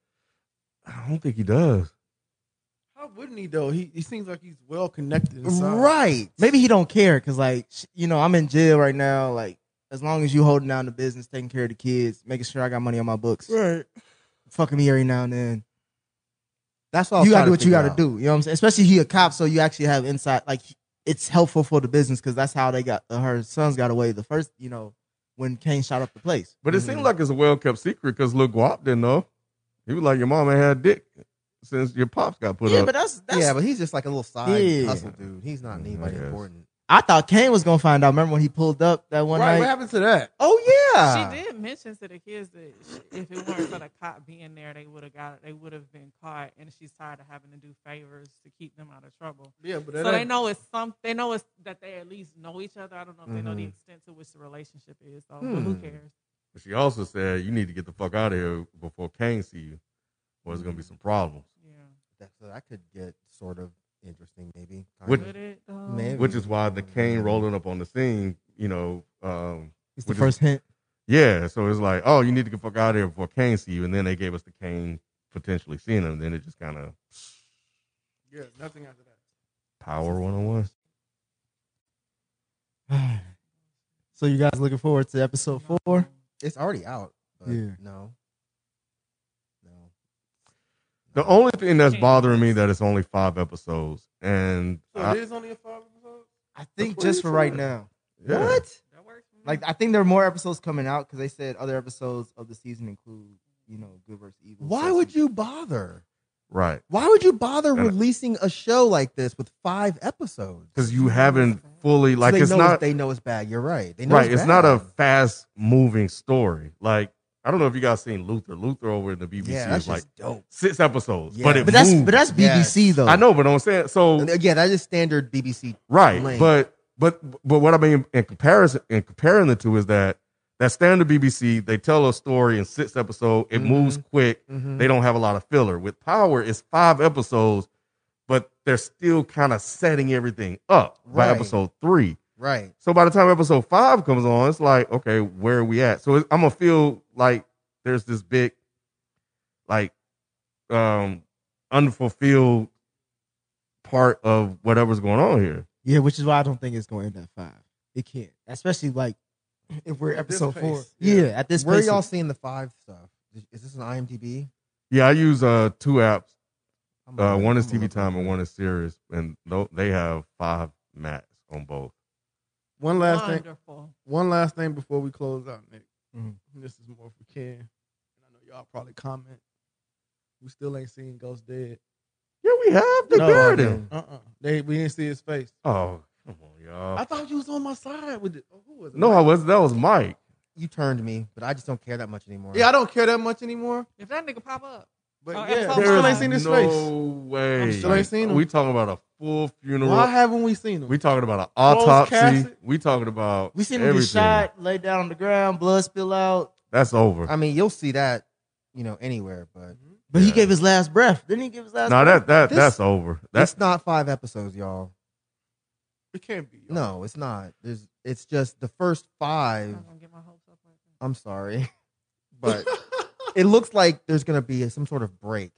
[SPEAKER 1] I don't think he does.
[SPEAKER 9] How wouldn't he though? He, he seems like he's well connected. Inside.
[SPEAKER 11] Right.
[SPEAKER 8] Maybe he don't care because, like, sh- you know, I'm in jail right now. Like, as long as you holding down the business, taking care of the kids, making sure I got money on my books,
[SPEAKER 9] Right.
[SPEAKER 8] fucking me every now and then.
[SPEAKER 11] That's all.
[SPEAKER 8] you gotta do what you gotta do. You know what I'm saying? Especially he a cop, so you actually have insight. Like it's helpful for the business because that's how they got uh, her sons got away the first. You know, when Kane shot up the place.
[SPEAKER 1] But it seemed like it's a well kept secret because Lil Guap didn't know. He was like, Your mama had dick since your pops got put
[SPEAKER 8] yeah,
[SPEAKER 1] up.
[SPEAKER 8] but that's, that's
[SPEAKER 11] Yeah, but he's just like a little side
[SPEAKER 8] Yeah.
[SPEAKER 11] hustle dude. He's not anybody
[SPEAKER 1] Mm, I guess.
[SPEAKER 11] important.
[SPEAKER 8] I thought Kane was gonna find out. Remember when he pulled up that one
[SPEAKER 9] Right. What
[SPEAKER 8] night?
[SPEAKER 9] happened to that?
[SPEAKER 11] Oh yeah.
[SPEAKER 10] She did mention to the kids that sh- if it weren't for the cop being there, they would have got they would have been caught, and she's tired of having to do favors to keep them out of trouble.
[SPEAKER 9] Yeah, but that
[SPEAKER 10] So they
[SPEAKER 9] ain't-
[SPEAKER 10] know it's some. They know it's that they at least know each other. I don't know if they know the
[SPEAKER 11] Mhm.
[SPEAKER 10] extent to which the relationship is. So but who
[SPEAKER 11] Hmm.
[SPEAKER 10] cares?
[SPEAKER 1] But she also said, You need to get the fuck out of here before Kane see you, or it's going to be some problems.
[SPEAKER 10] Yeah.
[SPEAKER 11] That, so that could get sort of interesting, maybe. kind
[SPEAKER 1] Would-
[SPEAKER 11] of.
[SPEAKER 10] Would it? though?
[SPEAKER 11] Maybe.
[SPEAKER 1] Which is why the Kane rolling up on the scene, you know, um,
[SPEAKER 8] Mm. It's the
[SPEAKER 1] Which is-
[SPEAKER 8] first hint.
[SPEAKER 1] yeah. So it's like, Oh, you need to get the fuck out of here before Kane see you. And then they gave us the Kane potentially seeing him. Then it just kind of
[SPEAKER 9] Yeah, nothing after that.
[SPEAKER 1] power 101.
[SPEAKER 8] so you guys looking forward to episode
[SPEAKER 10] No.
[SPEAKER 8] four?
[SPEAKER 11] It's already out. But
[SPEAKER 8] Yeah.
[SPEAKER 11] No. No.
[SPEAKER 1] The only thing that's bothering me that it's only five episodes, and
[SPEAKER 9] So
[SPEAKER 1] I-
[SPEAKER 9] it is only a five episode.
[SPEAKER 8] I
[SPEAKER 9] That's
[SPEAKER 8] think
[SPEAKER 9] what
[SPEAKER 8] just
[SPEAKER 9] he
[SPEAKER 8] for right
[SPEAKER 9] said.
[SPEAKER 8] now.
[SPEAKER 1] yeah.
[SPEAKER 10] That works. for me.
[SPEAKER 8] Like I think there are more episodes coming out because they said other episodes of the season include you know good versus evil.
[SPEAKER 11] Why
[SPEAKER 8] So-
[SPEAKER 11] would you bother?
[SPEAKER 1] right?
[SPEAKER 11] Why would you bother
[SPEAKER 1] Gotta-
[SPEAKER 11] releasing a show like this with five episodes?
[SPEAKER 1] Because you haven't fully
[SPEAKER 11] So
[SPEAKER 1] like
[SPEAKER 11] they
[SPEAKER 1] it's
[SPEAKER 11] know
[SPEAKER 1] not
[SPEAKER 11] they know it's bad. You're right. They know
[SPEAKER 1] right. It's not a
[SPEAKER 11] bad.
[SPEAKER 1] fast moving story. Like I don't know if you guys seen Luther. Luther over in the BBC
[SPEAKER 11] yeah.
[SPEAKER 1] is
[SPEAKER 11] That's
[SPEAKER 1] like
[SPEAKER 11] just dope.
[SPEAKER 1] six episodes,
[SPEAKER 11] Yeah.
[SPEAKER 1] but it
[SPEAKER 8] But that's
[SPEAKER 1] moved.
[SPEAKER 8] but that's BBC though.
[SPEAKER 1] I know, but I'm saying so
[SPEAKER 11] And again, that is standard BBC.
[SPEAKER 1] right.
[SPEAKER 11] length.
[SPEAKER 1] But but but what I mean in comparison in comparing the two is that that standard BBC they tell a story in six episodes. It moves quick.
[SPEAKER 11] Mhm.
[SPEAKER 1] They don't have a lot of filler. With Power, it's five episodes, but they're still kind of setting everything up by
[SPEAKER 11] Right.
[SPEAKER 1] episode three.
[SPEAKER 11] Right.
[SPEAKER 1] So by the time episode five comes on, it's like, okay, where are we at? So it, I'm gonna feel like there's this big, like, um, unfulfilled part of whatever's going on here.
[SPEAKER 8] Yeah, which is why I don't think it's going to end at five. It can't, especially like if we're
[SPEAKER 9] At this
[SPEAKER 8] episode four.
[SPEAKER 9] pace,
[SPEAKER 8] Yeah.
[SPEAKER 9] yeah.
[SPEAKER 8] at this
[SPEAKER 11] Where
[SPEAKER 8] pace,
[SPEAKER 11] are y'all seeing the five stuff? Is- Is this an IMDb?
[SPEAKER 1] Yeah, I use uh two apps.
[SPEAKER 11] I'm
[SPEAKER 1] Uh,
[SPEAKER 11] gonna-
[SPEAKER 1] one is
[SPEAKER 11] I'm gonna
[SPEAKER 1] TV
[SPEAKER 11] look
[SPEAKER 1] Time
[SPEAKER 11] up.
[SPEAKER 1] and one is Sirius, and tho- they have five mats on both.
[SPEAKER 9] One last thing.
[SPEAKER 10] Wonderful.
[SPEAKER 9] One last thing before we close out, Nick.
[SPEAKER 1] Mm-hmm.
[SPEAKER 8] Mhm.
[SPEAKER 9] And This is more for Ken. And I know y'all probably comment. We still ain't seen Ghost dead.
[SPEAKER 1] Yeah, we have. They
[SPEAKER 9] No,
[SPEAKER 1] buried
[SPEAKER 9] I
[SPEAKER 1] him.
[SPEAKER 9] Uh uh They we didn't see his face.
[SPEAKER 1] Oh, come on, y'all.
[SPEAKER 9] I thought you was on my side with it. Oh, who was it?
[SPEAKER 1] No, I was. That was Mike.
[SPEAKER 11] You turned me, but I just don't care that much anymore.
[SPEAKER 9] Yeah, I don't care that much anymore.
[SPEAKER 10] If that nigga pop up,
[SPEAKER 9] But
[SPEAKER 10] Oh,
[SPEAKER 9] yeah,
[SPEAKER 10] episode
[SPEAKER 9] we
[SPEAKER 10] five.
[SPEAKER 9] still ain't seen his
[SPEAKER 1] no
[SPEAKER 9] face.
[SPEAKER 1] way.
[SPEAKER 9] I'm still ain't seen him.
[SPEAKER 1] We talking about a full funeral.
[SPEAKER 9] Why haven't we seen him?
[SPEAKER 1] we
[SPEAKER 9] We
[SPEAKER 1] talking about an
[SPEAKER 9] Closed
[SPEAKER 1] autopsy.
[SPEAKER 9] casket?
[SPEAKER 1] We talking about
[SPEAKER 8] we seen him
[SPEAKER 1] everything.
[SPEAKER 8] get shot, laid down on the ground, blood spill out.
[SPEAKER 1] That's over.
[SPEAKER 9] Uh,
[SPEAKER 11] I mean, you'll see that, you know, anywhere, but
[SPEAKER 8] But he
[SPEAKER 1] Yeah.
[SPEAKER 8] gave his last breath. Didn't he give his last?
[SPEAKER 1] Now
[SPEAKER 8] breath?
[SPEAKER 1] that that
[SPEAKER 11] This-
[SPEAKER 1] that's over. That's
[SPEAKER 11] it's not five episodes, y'all.
[SPEAKER 9] it can't be.
[SPEAKER 11] No, it's not. There's, it's just the first five.
[SPEAKER 10] I'm gonna get my hopes up. Right now.
[SPEAKER 11] I'm sorry, but it looks like there's gonna be some sort of break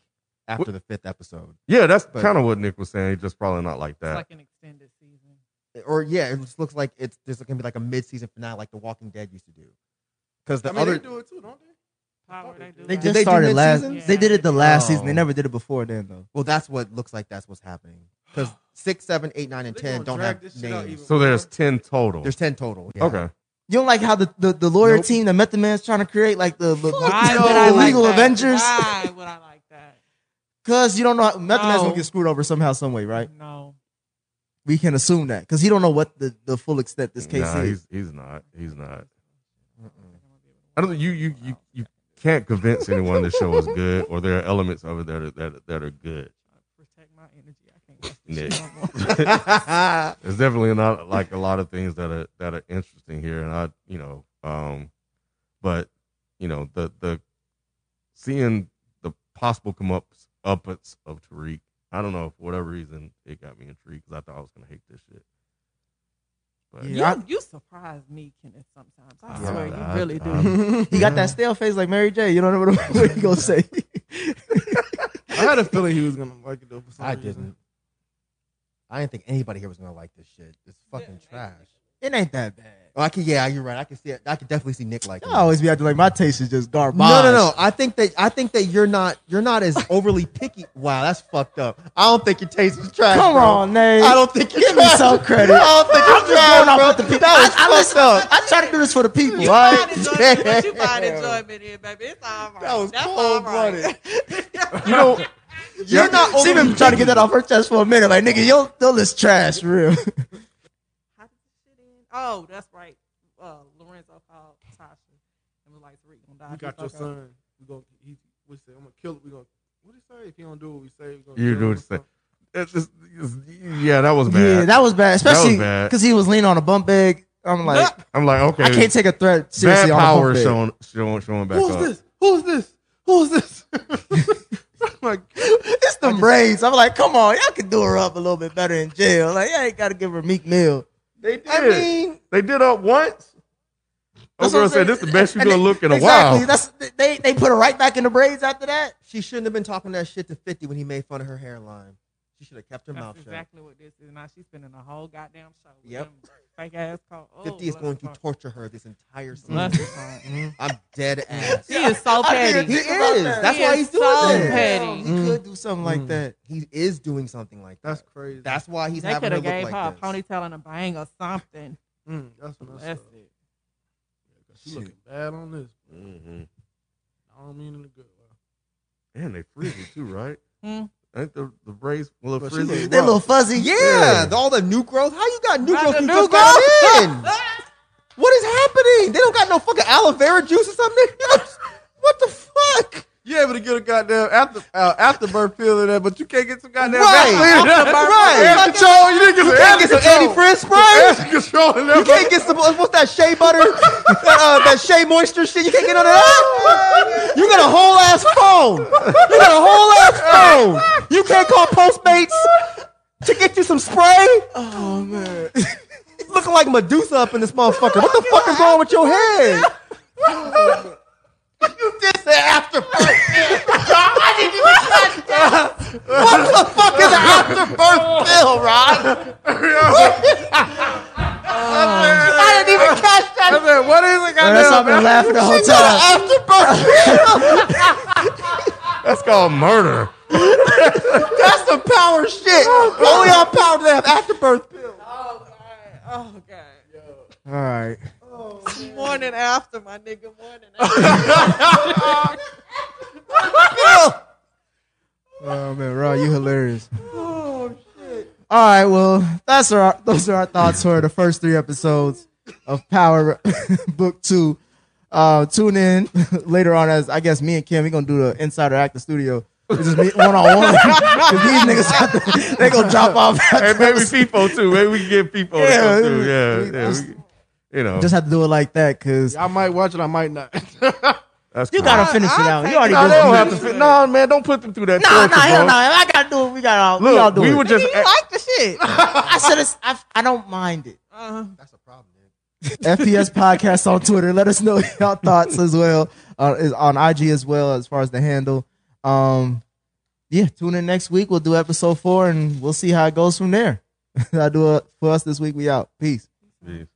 [SPEAKER 11] after the fifth episode,
[SPEAKER 1] yeah. That's
[SPEAKER 11] But-
[SPEAKER 1] kind of what Nick was saying. Just probably not like
[SPEAKER 10] It's
[SPEAKER 1] that.
[SPEAKER 10] like an extended season.
[SPEAKER 11] Eh, or yeah, it just looks like it's there's gonna be like a mid-season finale, like The Walking Dead used to do. Because
[SPEAKER 9] I
[SPEAKER 11] the
[SPEAKER 9] mean,
[SPEAKER 11] other
[SPEAKER 9] they do it too, don't they?
[SPEAKER 10] Power, they do.
[SPEAKER 8] they
[SPEAKER 10] that.
[SPEAKER 8] just
[SPEAKER 11] they do
[SPEAKER 8] started last.
[SPEAKER 11] mid-season?
[SPEAKER 8] They did it the last season. They
[SPEAKER 11] Oh.
[SPEAKER 8] never did it before then though.
[SPEAKER 11] Well, that's what looks like. That's what's happening. because six, seven, eight, nine, and
[SPEAKER 9] They
[SPEAKER 11] ten
[SPEAKER 9] gonna
[SPEAKER 11] don't
[SPEAKER 9] drag
[SPEAKER 11] have
[SPEAKER 9] this shit out
[SPEAKER 11] names.
[SPEAKER 1] So there's ten total.
[SPEAKER 11] There's ten total. yeah.
[SPEAKER 1] Okay.
[SPEAKER 8] You don't like how the, the, the lawyer team that Method Man's trying to create, like the, the, the,
[SPEAKER 10] Why
[SPEAKER 8] the
[SPEAKER 10] would I like
[SPEAKER 8] legal
[SPEAKER 10] that?
[SPEAKER 8] Avengers?
[SPEAKER 10] Why would I like that?
[SPEAKER 8] Because you don't know how, Method Man's
[SPEAKER 10] No.
[SPEAKER 8] gonna get screwed over somehow, some way, right?
[SPEAKER 10] No.
[SPEAKER 8] We can assume that because he don't know what the, the full extent this case
[SPEAKER 1] Nah,
[SPEAKER 8] is.
[SPEAKER 1] he's he's not. He's not. I don't. You you you you can't convince anyone the show is good or there are elements of it that are that are, that are good. Nick. There's definitely not like a lot of things that are that are interesting here, and I, you know, um, but you know the the seeing the possible come ups upups of Tariq. I don't know for whatever reason it got me intrigued because I thought I was gonna hate this shit. But
[SPEAKER 10] You, you surprise me, Kenneth, sometimes. I
[SPEAKER 1] Yeah,
[SPEAKER 10] swear, you
[SPEAKER 1] I-
[SPEAKER 10] really do.
[SPEAKER 1] I'm-
[SPEAKER 8] he got that stale face like Mary J. You don't know what, what he gonna say.
[SPEAKER 9] I had a feeling he was gonna like it though. For some
[SPEAKER 11] I
[SPEAKER 9] reason.
[SPEAKER 11] didn't. I didn't think anybody here was gonna like this shit. It's fucking trash.
[SPEAKER 8] it ain't that bad.
[SPEAKER 11] Oh, I can. Yeah, you're right. I can see it. I can definitely see Nick liking.
[SPEAKER 8] I always be acting like my taste is just
[SPEAKER 11] it.
[SPEAKER 8] garbage.
[SPEAKER 11] No, no, no. I think that I think that you're not you're not as overly picky. Wow, that's fucked up. I don't think your taste is trash.
[SPEAKER 8] Come
[SPEAKER 11] bro.
[SPEAKER 8] on, Nate.
[SPEAKER 11] I don't think you're
[SPEAKER 8] Give me
[SPEAKER 11] trash.
[SPEAKER 8] some credit.
[SPEAKER 11] I don't think
[SPEAKER 8] I'm
[SPEAKER 11] you're
[SPEAKER 8] just
[SPEAKER 11] trash,
[SPEAKER 8] going off
[SPEAKER 11] bro.
[SPEAKER 8] what the people.
[SPEAKER 11] That
[SPEAKER 8] I,
[SPEAKER 11] was
[SPEAKER 8] I listen.
[SPEAKER 11] fucked up.
[SPEAKER 8] I try to do this for the people.
[SPEAKER 10] You
[SPEAKER 8] all right?
[SPEAKER 10] find enjoyment, but you find enjoyment in, baby. It's all right.
[SPEAKER 11] That was
[SPEAKER 10] That's all
[SPEAKER 11] cold
[SPEAKER 10] right.
[SPEAKER 11] blooded.
[SPEAKER 1] you know,
[SPEAKER 11] You're not
[SPEAKER 8] She
[SPEAKER 11] overly
[SPEAKER 8] been trying to get
[SPEAKER 11] picky.
[SPEAKER 8] that off her chest for a minute. Like nigga, your your list trash, for real.
[SPEAKER 10] Oh, that's right. Uh, Lorenzo called Tasha and was like, Tariq gonna die.
[SPEAKER 9] We got
[SPEAKER 10] He
[SPEAKER 9] your
[SPEAKER 10] fuck up."
[SPEAKER 9] son. We gonna he we say I'm gonna kill it. We gonna what do you say if you don't do what we say? We gonna
[SPEAKER 1] you
[SPEAKER 9] kill him or
[SPEAKER 1] do what you say.
[SPEAKER 9] something.
[SPEAKER 1] It's just, it's- yeah, that was bad.
[SPEAKER 8] Yeah, that was bad,
[SPEAKER 1] was
[SPEAKER 8] especially
[SPEAKER 1] bad.
[SPEAKER 8] because he was leaning on a bump bag. I'm like,
[SPEAKER 1] I'm like, okay,
[SPEAKER 8] I can't take a threat
[SPEAKER 1] bad
[SPEAKER 8] seriously on a
[SPEAKER 1] power
[SPEAKER 8] bump bag.
[SPEAKER 1] showing showing showing back
[SPEAKER 9] Who's
[SPEAKER 1] up.
[SPEAKER 9] this? Who's this? Who's this? Oh I'm like,
[SPEAKER 8] it's the braids. I'm like, come on, y'all can do her up a little bit better in jail. Like, y'all ain't gotta give her Meek Mill.
[SPEAKER 1] They did.
[SPEAKER 8] I mean,
[SPEAKER 1] they did up once. Oh,
[SPEAKER 8] that's what
[SPEAKER 1] girl
[SPEAKER 8] I'm
[SPEAKER 1] said
[SPEAKER 8] saying.
[SPEAKER 1] this is the best you're
[SPEAKER 8] And
[SPEAKER 1] gonna
[SPEAKER 8] they-
[SPEAKER 1] look in a
[SPEAKER 8] exactly.
[SPEAKER 1] while.
[SPEAKER 8] That's they they put her right back in the braids after that.
[SPEAKER 11] She shouldn't have been talking that shit to 50 when he made fun of her hairline. She should have kept her mouth
[SPEAKER 10] That's
[SPEAKER 11] shut.
[SPEAKER 10] exactly what this is. Now she's spending a whole goddamn show. with
[SPEAKER 11] Yep.
[SPEAKER 10] them Fake ass call. Oh,
[SPEAKER 11] 50 is
[SPEAKER 10] bless
[SPEAKER 11] going
[SPEAKER 10] her
[SPEAKER 11] to
[SPEAKER 10] heart.
[SPEAKER 11] torture her this entire
[SPEAKER 10] Bless
[SPEAKER 11] season.
[SPEAKER 10] her heart.
[SPEAKER 1] Mm-hmm.
[SPEAKER 11] I'm dead ass.
[SPEAKER 10] He is so petty.
[SPEAKER 11] He is. That's
[SPEAKER 10] He
[SPEAKER 11] why
[SPEAKER 10] is
[SPEAKER 11] he's doing
[SPEAKER 10] so
[SPEAKER 11] that.
[SPEAKER 10] petty.
[SPEAKER 8] He could do something like that.
[SPEAKER 11] He is doing something like that.
[SPEAKER 9] that's crazy.
[SPEAKER 11] That's why he's
[SPEAKER 10] they
[SPEAKER 11] having
[SPEAKER 10] could
[SPEAKER 11] her
[SPEAKER 10] have
[SPEAKER 11] look
[SPEAKER 10] gave
[SPEAKER 11] like
[SPEAKER 10] her
[SPEAKER 11] this.
[SPEAKER 10] a ponytail and a bang or something.
[SPEAKER 9] Mm, that's what I
[SPEAKER 10] Bless
[SPEAKER 9] said.
[SPEAKER 10] it.
[SPEAKER 9] She looking bad on this.
[SPEAKER 1] Mhm.
[SPEAKER 9] I don't mean in a good way.
[SPEAKER 1] And they frizzy too, right?
[SPEAKER 10] Hmm.
[SPEAKER 1] Ain't the the braids a little
[SPEAKER 9] But she
[SPEAKER 1] frizzy?
[SPEAKER 9] look
[SPEAKER 8] They little fuzzy.
[SPEAKER 11] Yeah, the- all the new growth. How you got new
[SPEAKER 10] Got
[SPEAKER 11] growth?
[SPEAKER 10] the
[SPEAKER 11] You
[SPEAKER 10] new
[SPEAKER 11] just got in. What is happening? They don't got no fucking aloe vera juice or something. what the fuck?
[SPEAKER 9] You able to get a goddamn after uh, afterbirth pill in there, but you can't get some goddamn
[SPEAKER 11] Right.
[SPEAKER 9] Vaseline in there.
[SPEAKER 11] Afterbirth Right.
[SPEAKER 9] Air
[SPEAKER 11] Fucking-
[SPEAKER 9] control. You didn't get
[SPEAKER 11] You
[SPEAKER 9] some air
[SPEAKER 11] can't get some
[SPEAKER 9] control.
[SPEAKER 11] anti frizz spray.
[SPEAKER 9] Air control in there.
[SPEAKER 11] You can't get some what's that shea butter, that, uh, that shea moisture shit. You can't get none of that. You got a whole ass phone. You got a whole ass phone. You can't call Postmates to get you some spray.
[SPEAKER 8] Oh man.
[SPEAKER 11] Looking like Medusa up in this motherfucker. What the fuck is wrong with your head? You did say after What the fuck is after birth pill, Rod? I didn't even catch that.
[SPEAKER 9] I said, what is it?
[SPEAKER 8] Man, that's why I've been laughing the whole time.
[SPEAKER 11] After birth
[SPEAKER 1] That's called murder.
[SPEAKER 11] That's some power shit. Only on power do they have afterbirth pills.
[SPEAKER 10] Oh, God. Oh, God.
[SPEAKER 8] All right.
[SPEAKER 10] Morning after, my nigga. Morning after.
[SPEAKER 8] Oh man, Rod, you hilarious. Oh shit. All right, well, that's our those are our thoughts for the first three episodes of Power Book Two. Uh, tune in later on as I guess me and Kim we gonna do the Insider Actor Studio. It's just me one on one. These niggas out there, they gonna drop off.
[SPEAKER 1] Hey,
[SPEAKER 8] after
[SPEAKER 1] maybe
[SPEAKER 8] episode.
[SPEAKER 1] FIFO too. Maybe we can get FIFO yeah, to
[SPEAKER 8] Yeah,
[SPEAKER 1] come
[SPEAKER 8] we-
[SPEAKER 1] too. Yeah,
[SPEAKER 8] we
[SPEAKER 1] yeah.
[SPEAKER 8] just-
[SPEAKER 1] we- you know,
[SPEAKER 8] Just have to do it like that because
[SPEAKER 9] I might watch it. I might not.
[SPEAKER 1] that's
[SPEAKER 8] you
[SPEAKER 1] cool.
[SPEAKER 8] gotta finish it out. You already
[SPEAKER 1] No,
[SPEAKER 8] did
[SPEAKER 1] they
[SPEAKER 8] it.
[SPEAKER 1] don't have to. Fit. No, man, don't put them through that.
[SPEAKER 8] No,
[SPEAKER 1] torture,
[SPEAKER 8] no, hell
[SPEAKER 1] bro.
[SPEAKER 8] no. I gotta do it. We gotta all, we
[SPEAKER 1] Look,
[SPEAKER 8] all do
[SPEAKER 1] we
[SPEAKER 8] it.
[SPEAKER 1] were just-
[SPEAKER 8] Nigga, you like the shit. Uh-huh. I said it's, I, I don't mind it.
[SPEAKER 10] Uh,
[SPEAKER 11] That's a problem, man.
[SPEAKER 8] FPS podcast on Twitter. Let us know y'all thoughts as well. Uh, is on IG as well as far as the handle. Um, yeah, tune in next week. We'll do episode four and we'll see how it goes from there. I do it for us this week. We out. Peace.
[SPEAKER 1] Jeez.